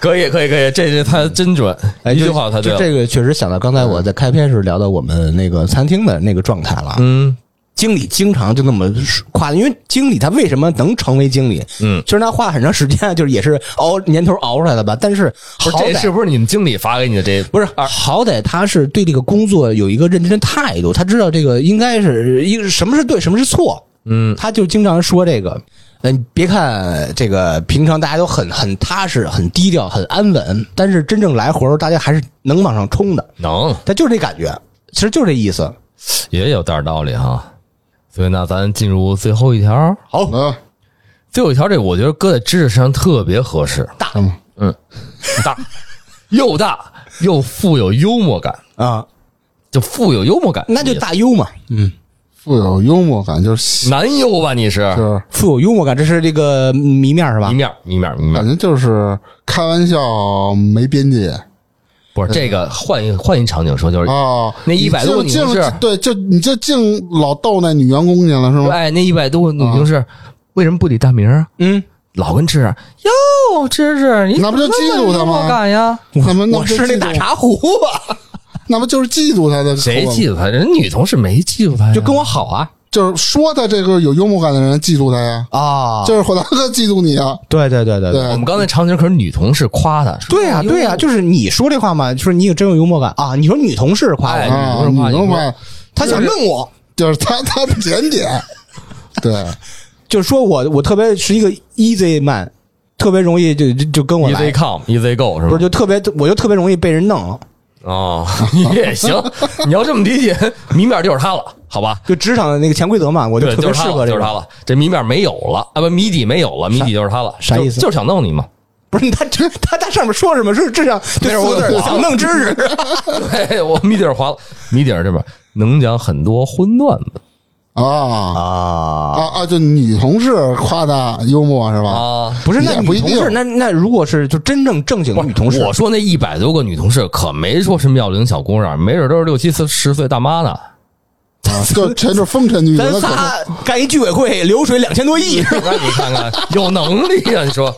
Speaker 2: 可以，可以，可以，这这他真准，一句话他
Speaker 3: 就
Speaker 2: 对
Speaker 3: 嗯
Speaker 2: 了。
Speaker 3: 哎这个确实想到刚才我在开篇时聊到我们那个餐厅的那个状态了。
Speaker 2: 嗯，
Speaker 3: 经理经常就那么夸，因为经理他为什么能成为经理？
Speaker 2: 嗯，
Speaker 3: 虽然他花了很长时间，就是也是熬年头熬出来的吧，但是好
Speaker 2: 不是这
Speaker 3: 歹
Speaker 2: 是不是你们经理发给你的？这
Speaker 3: 不是，好歹他是对这个工作有一个认真的态度，他知道这个应该是一个什么是对，什么是错。
Speaker 2: 嗯，
Speaker 3: 他就经常说这个。嗯，别看这个平常大家都很很踏实、很低调、很安稳，但是真正来活儿，大家还是能往上冲的。
Speaker 2: 能
Speaker 3: 他就是这感觉，其实就是这意思。
Speaker 2: 也有点道理哈。所以那咱进入最后一条，
Speaker 3: 好，
Speaker 1: 嗯，
Speaker 2: 最后一条这个我觉得搁在知识身上特别合适，嗯
Speaker 3: 大
Speaker 2: 大又大又富有幽默感，
Speaker 3: 啊，
Speaker 2: 就富有幽默感，
Speaker 3: 那就大优嘛，嗯，
Speaker 1: 富有幽默感，就是
Speaker 2: 男优吧？你是
Speaker 1: 就是
Speaker 3: 富有幽默感，这是这个谜面是吧
Speaker 2: 一？面一面一
Speaker 3: 嗯
Speaker 2: 面
Speaker 1: 感，觉就是开玩笑没边界
Speaker 2: 哎不
Speaker 3: 嗯
Speaker 2: 是这个换一换一场景说，就是
Speaker 1: 啊。
Speaker 2: 那100多
Speaker 1: 你
Speaker 2: 你
Speaker 1: 进
Speaker 2: 不是
Speaker 1: 进对，就你就进老逗那女员工去了是吗？
Speaker 2: 哎，那一百多女同事为什么不理大明啊？
Speaker 3: 嗯，
Speaker 2: 老跟芝芝哟，芝芝，你
Speaker 1: 那不就
Speaker 2: 怎么
Speaker 1: 嫉妒他吗
Speaker 2: 那么敢呀？
Speaker 1: 那么那
Speaker 3: 我
Speaker 1: 不就是
Speaker 3: 那
Speaker 1: 嫉
Speaker 3: 大
Speaker 1: 妒，
Speaker 3: 茶壶啊，
Speaker 1: 那不就是嫉妒他的？
Speaker 2: 谁嫉妒他？人女同事没嫉妒他呀，
Speaker 3: 就跟我好啊
Speaker 1: 就是说他这个有幽默感的人嫉妒他呀，
Speaker 3: 啊，
Speaker 1: 就是火大哥嫉妒你啊。
Speaker 3: 对对对对
Speaker 1: 对，
Speaker 2: 呃我们刚才场景可是女同事夸他，说
Speaker 3: 对呀、
Speaker 2: 哎呦
Speaker 3: 对啊呀、就是你说这话嘛，就是你有真有幽默感啊。你说女同事夸我，
Speaker 2: 哎
Speaker 1: 啊，
Speaker 2: 女
Speaker 1: 女
Speaker 2: 同事夸
Speaker 1: 同事夸
Speaker 3: 她想弄我，
Speaker 1: 就是他他的检 点，对，
Speaker 3: 就是说我我特别是一个 easy man，特别容易就就就跟我来
Speaker 2: easy，come easy go 是
Speaker 3: 不
Speaker 2: 吧
Speaker 3: 是？就特别我就特别容易被人弄，
Speaker 2: 哦， 也行，你要这么理解，谜面就是他了，好吧？
Speaker 3: 就职场的那个潜规则嘛，我就
Speaker 2: 对，
Speaker 3: 特
Speaker 2: 就
Speaker 3: 别
Speaker 2: 是
Speaker 3: 适
Speaker 2: 他
Speaker 3: 合
Speaker 2: 了，
Speaker 3: 这
Speaker 2: 就是
Speaker 3: 种。
Speaker 2: 他了。这谜面没有了啊，不，谜底没有了，谜底就是他了，
Speaker 3: 啥
Speaker 2: 就
Speaker 3: 意思
Speaker 2: 就是想弄 你嘛。
Speaker 3: 不是他这他他上面说什么？是这样，对，
Speaker 2: 我有点
Speaker 3: 我想弄知识。
Speaker 2: 对，哎我谜底儿划了，谜底儿这边能讲很多荤段子
Speaker 1: 啊
Speaker 3: 啊
Speaker 1: 啊啊！就女同事夸他幽默是吧？
Speaker 2: 啊。
Speaker 3: 不是，那
Speaker 1: 也
Speaker 3: 女
Speaker 1: 不一
Speaker 3: 同事，
Speaker 1: 定
Speaker 3: 那那如果是就真正正经的女同事，
Speaker 2: 我说那一百多个女同事可没说是妙龄小姑娘，没准都是六七十十岁大妈呢。
Speaker 1: 啊，就全是风尘女人的
Speaker 3: 咱
Speaker 1: 可能。
Speaker 3: 仨干一居委会，流水两千多亿，
Speaker 2: 那你看看，有能力啊！你说，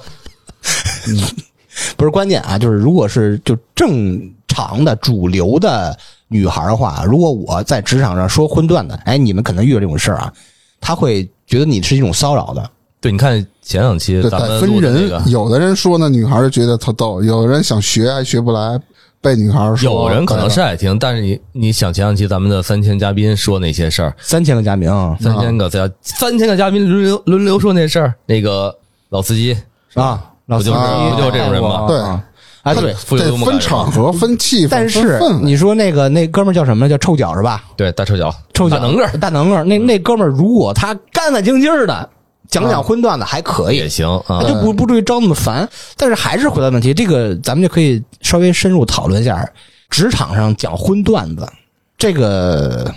Speaker 3: 不是关键啊，就是如果是就正常的主流的女孩儿的话，如果我在职场上说荤段子，哎，你们可能遇到这种事儿啊，她会觉得你是一种骚扰的。
Speaker 2: 对，你看前两期
Speaker 1: 对，
Speaker 2: 咱
Speaker 1: 得
Speaker 2: 们
Speaker 1: 分
Speaker 2: 录的那
Speaker 1: 人
Speaker 2: 个，，
Speaker 1: 有的人说那女孩儿觉得她逗，有的人想学还学不来，被女孩儿说。
Speaker 2: 有人可能
Speaker 1: 对
Speaker 2: 是爱听，但是你你想前两期咱们的三千嘉宾说那些事儿，
Speaker 3: 三千个嘉宾啊
Speaker 2: 三千个嘉三千个嘉宾轮流轮流说那事儿，那个老司机
Speaker 3: 啊，老
Speaker 2: 不
Speaker 3: 司
Speaker 2: 就是
Speaker 3: 机
Speaker 1: 不就是这种
Speaker 2: 人吗
Speaker 3: 啊
Speaker 1: 对
Speaker 3: 啊啊对。
Speaker 2: 富有幽
Speaker 1: 得
Speaker 2: 默感
Speaker 1: 分场合、分气氛、
Speaker 3: 但
Speaker 1: 分
Speaker 3: 是
Speaker 1: 氛啊围。
Speaker 3: 你说那个那哥们儿叫什么？叫臭脚是吧？
Speaker 2: 对大臭脚，
Speaker 3: 臭脚
Speaker 2: 大能个儿
Speaker 3: 大能个儿。那那哥们儿如果他干干净净儿的讲讲荤段子还可以，
Speaker 2: 也行
Speaker 3: 他。
Speaker 2: 啊
Speaker 3: 就不不至于招那么烦。但是还是回到问题，这个咱们就可以稍微深入讨论一下，职场上讲荤段子，这个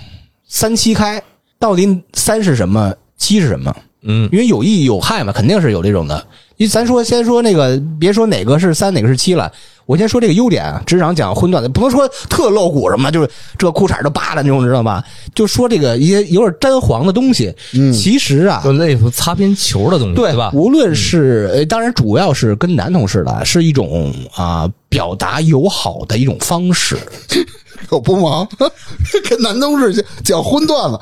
Speaker 3: 三七开到底三是什么，七是什么？
Speaker 2: 嗯，
Speaker 3: 因为有益有害嘛，肯定是有这种的。因为咱说先说那个，别说哪个是三，哪个是七了。我先说这个优点啊，职场讲荤段子，不能说特露骨什么，就是这裤衩都扒了那种，你知道吧？就说这个一些有点沾黄的东西。嗯，其实啊，
Speaker 2: 就类似擦边球的东西，
Speaker 3: 对
Speaker 2: 嗯吧？嗯
Speaker 3: 无论是、呃当然主要是跟男同事的，是一种啊、表达友好的一种方式。
Speaker 1: 有不忙， 跟男同事讲讲荤段子。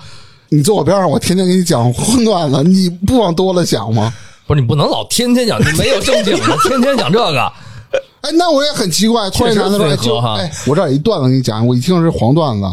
Speaker 1: 你坐我边上，我天天给你讲荤段子，你不往多了想吗？
Speaker 2: 不不是你不能老天天讲，你没有正经 的，天天讲这个。
Speaker 1: 哎，那我也很奇怪，突然
Speaker 2: 确实
Speaker 1: 拿他出来
Speaker 2: 违和
Speaker 1: 就
Speaker 2: 哈
Speaker 1: 哎，我这儿有一段子给你讲，我一听是黄段子，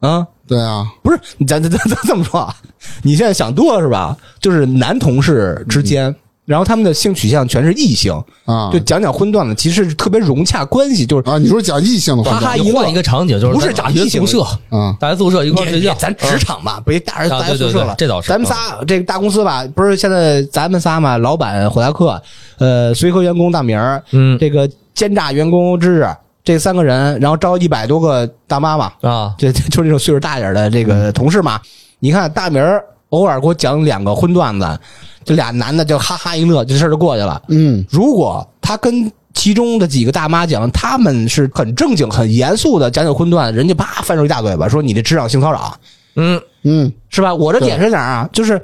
Speaker 3: 啊，
Speaker 1: 对啊，
Speaker 3: 不是，你咱咱咱咱这么说啊，你现在想多了是吧？就是男同事之
Speaker 2: 嗯
Speaker 3: 间，然后他们的性取向全是异性，
Speaker 1: 啊
Speaker 3: 就讲讲荤段子，其实是特别融洽关系，就是
Speaker 1: 啊，你说讲异性的
Speaker 3: 哈
Speaker 1: 话
Speaker 3: 哈
Speaker 2: 你
Speaker 3: 一乐
Speaker 2: 换一个场景，就是
Speaker 3: 不是
Speaker 2: 在
Speaker 3: 长
Speaker 2: 大学
Speaker 3: 异性
Speaker 2: 宿舍，
Speaker 1: 啊，
Speaker 2: 大学宿舍一块儿
Speaker 3: 也
Speaker 2: 睡觉嗯
Speaker 3: 也，咱职场吧，别大人
Speaker 2: 啊
Speaker 3: 大
Speaker 2: 对
Speaker 3: 家
Speaker 2: 对
Speaker 3: 宿舍
Speaker 2: 对
Speaker 3: 了，
Speaker 2: 这倒是啊
Speaker 3: 咱们仨这个大公司吧，不是现在咱们仨嘛，老板火达克，呃，随和员工大明儿，
Speaker 2: 嗯
Speaker 3: 这个奸诈员工之日，这三个人，然后招一百多个大妈嘛，
Speaker 2: 啊，
Speaker 3: 这 这就是那种岁数大一点的这个同事嘛。你看大明儿偶尔给我讲两个荤段子，这俩男的就哈哈一乐，这事儿就过去了。
Speaker 1: 嗯
Speaker 3: 如果他跟其中的几个大妈讲，他们是很正经、很严肃的讲讲荤段，人家啪翻出一大嘴巴，说你这职场性骚扰啊
Speaker 2: 嗯，
Speaker 1: 嗯
Speaker 3: 是吧？我这点是哪儿啊？就是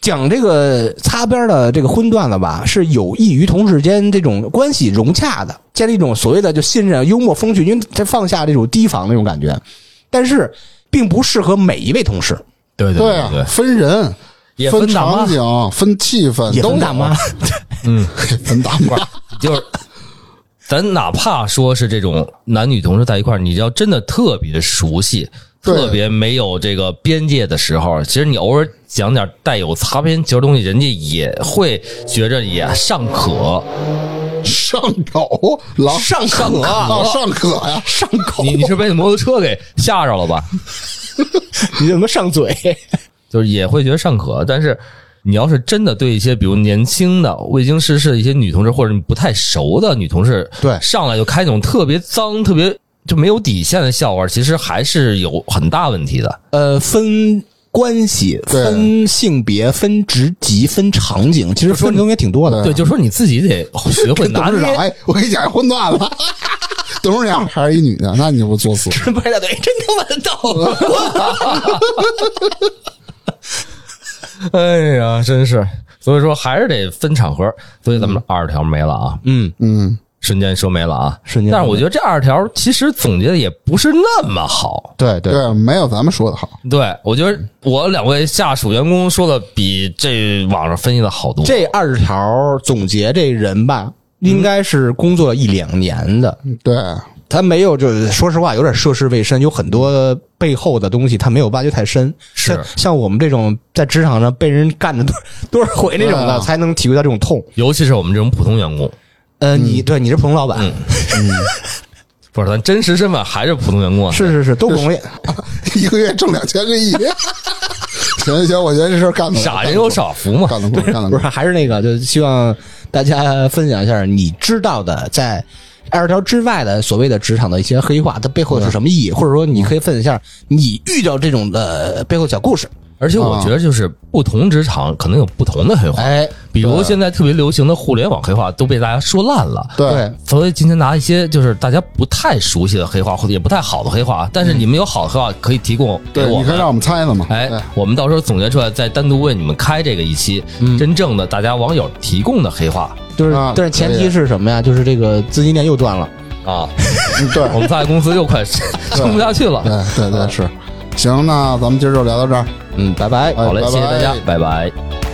Speaker 3: 讲这个擦边的这个荤段子吧，是有益于同事间这种关系融洽的，建立一种所谓的就信任、啊幽默风趣，因为他放下这种提防那种感觉，但是并不适合每一位同事，
Speaker 2: 对
Speaker 1: 对啊，分人。
Speaker 2: 也
Speaker 1: 分
Speaker 2: 分大啊妈
Speaker 1: 场景、分气氛，
Speaker 3: 也
Speaker 1: 都
Speaker 3: 分啊大 妈。
Speaker 1: 分大妈，
Speaker 2: 就是咱哪怕说是这种男女同事在一块儿，你要真的特别熟悉，
Speaker 1: 对
Speaker 2: 特别没有这个边界的时候，其实你偶尔讲点带有擦边球的东西，人家也会觉着也尚可。
Speaker 1: 上口，老
Speaker 3: 上啊课
Speaker 1: 老 上课呀，
Speaker 3: 上口，
Speaker 2: 你你是被摩托车给吓着了吧？
Speaker 3: 你怎么上嘴？
Speaker 2: 就是也会觉得尚可，但是。你要是真的对一些比如年轻的未经世事的一些女同事，或者你不太熟的女同事，
Speaker 1: 对
Speaker 2: 上来就开那种特别脏、特别就没有底线的笑话，其实还是有很大问题的。
Speaker 3: 呃，分关 系、
Speaker 1: 对
Speaker 3: 分性别、分职级、分场景，其实分的东西挺多的。
Speaker 2: 对，啊就说你自己得 学会拿
Speaker 1: 董事长，
Speaker 2: 捏。
Speaker 1: 哎，我给你讲一荤段子， 董事长还是一女的，那你就不作死？
Speaker 3: 真拍大腿，真他妈逗！
Speaker 2: 哎呀，真是，所以说还是得分场合。所以咱们二十条没了啊，
Speaker 3: 嗯，
Speaker 1: 嗯，
Speaker 2: 瞬间说没了啊，
Speaker 3: 瞬间
Speaker 2: 但是我觉得这二十条其实总结的也不是那么好。
Speaker 3: 对对
Speaker 1: 对，没有咱们说的好。
Speaker 2: 对，我觉得我两位下属员工说的比这网上分析的好多。
Speaker 3: 这二十条总结这人吧，应该是工作一两年的，
Speaker 1: 对，
Speaker 3: 他没有就是说实话有点涉世未深，有很多背后的东西他没有挖掘太深。
Speaker 2: 是
Speaker 3: 像像我们这种在职场上被人干了多多少回那种
Speaker 1: 对啊
Speaker 3: 的，才能体会到这种痛。
Speaker 2: 尤其是我们这种普通员工，
Speaker 3: 呃，你对你是普通老板，
Speaker 2: 不是咱真实身份还是普通员工啊？
Speaker 3: 是是是，都不容易。
Speaker 1: 一个月挣两千个亿。 行行行，我觉得这事儿干得过
Speaker 2: 傻人有傻福嘛。
Speaker 1: 干得过，干得
Speaker 3: 不
Speaker 1: 过
Speaker 3: 是，。还是那个，就希望大家分享一下你知道的在二十条之外的所谓的职场的一些黑话，它背后是什么意义，
Speaker 1: 嗯
Speaker 3: 或者说你可以分享一下你遇到这种的背后小故事。
Speaker 2: 而且我觉得就是不同职场可能有不同的黑话，
Speaker 3: 哎，
Speaker 2: 比如现在特别流行的互联网黑话都被大家说烂了。
Speaker 1: 对，
Speaker 2: 所以今天拿一些就是大家不太熟悉的黑话，或者也不太好的黑话，但是你们有好的黑话可以提供给
Speaker 1: 嗯对，
Speaker 2: 我
Speaker 1: 你可以
Speaker 2: 们。
Speaker 1: 让我们猜猜嘛。
Speaker 2: 哎
Speaker 1: 对，
Speaker 2: 我们到时候总结出来，再单独为你们开这个一期
Speaker 1: 嗯
Speaker 2: 真正的大家网友提供的黑话
Speaker 3: 就是
Speaker 1: 啊，
Speaker 3: 但是前提是什么呀？就是这个资金链又断了。
Speaker 2: 啊！
Speaker 1: 嗯对，
Speaker 2: 我们仨公司又快 撑不下去 了。
Speaker 1: 对对对是。行，那咱们今儿就聊到这儿。
Speaker 3: 嗯，拜拜。
Speaker 1: 哎
Speaker 2: 好嘞，
Speaker 1: 拜拜
Speaker 2: 谢谢大家，拜拜。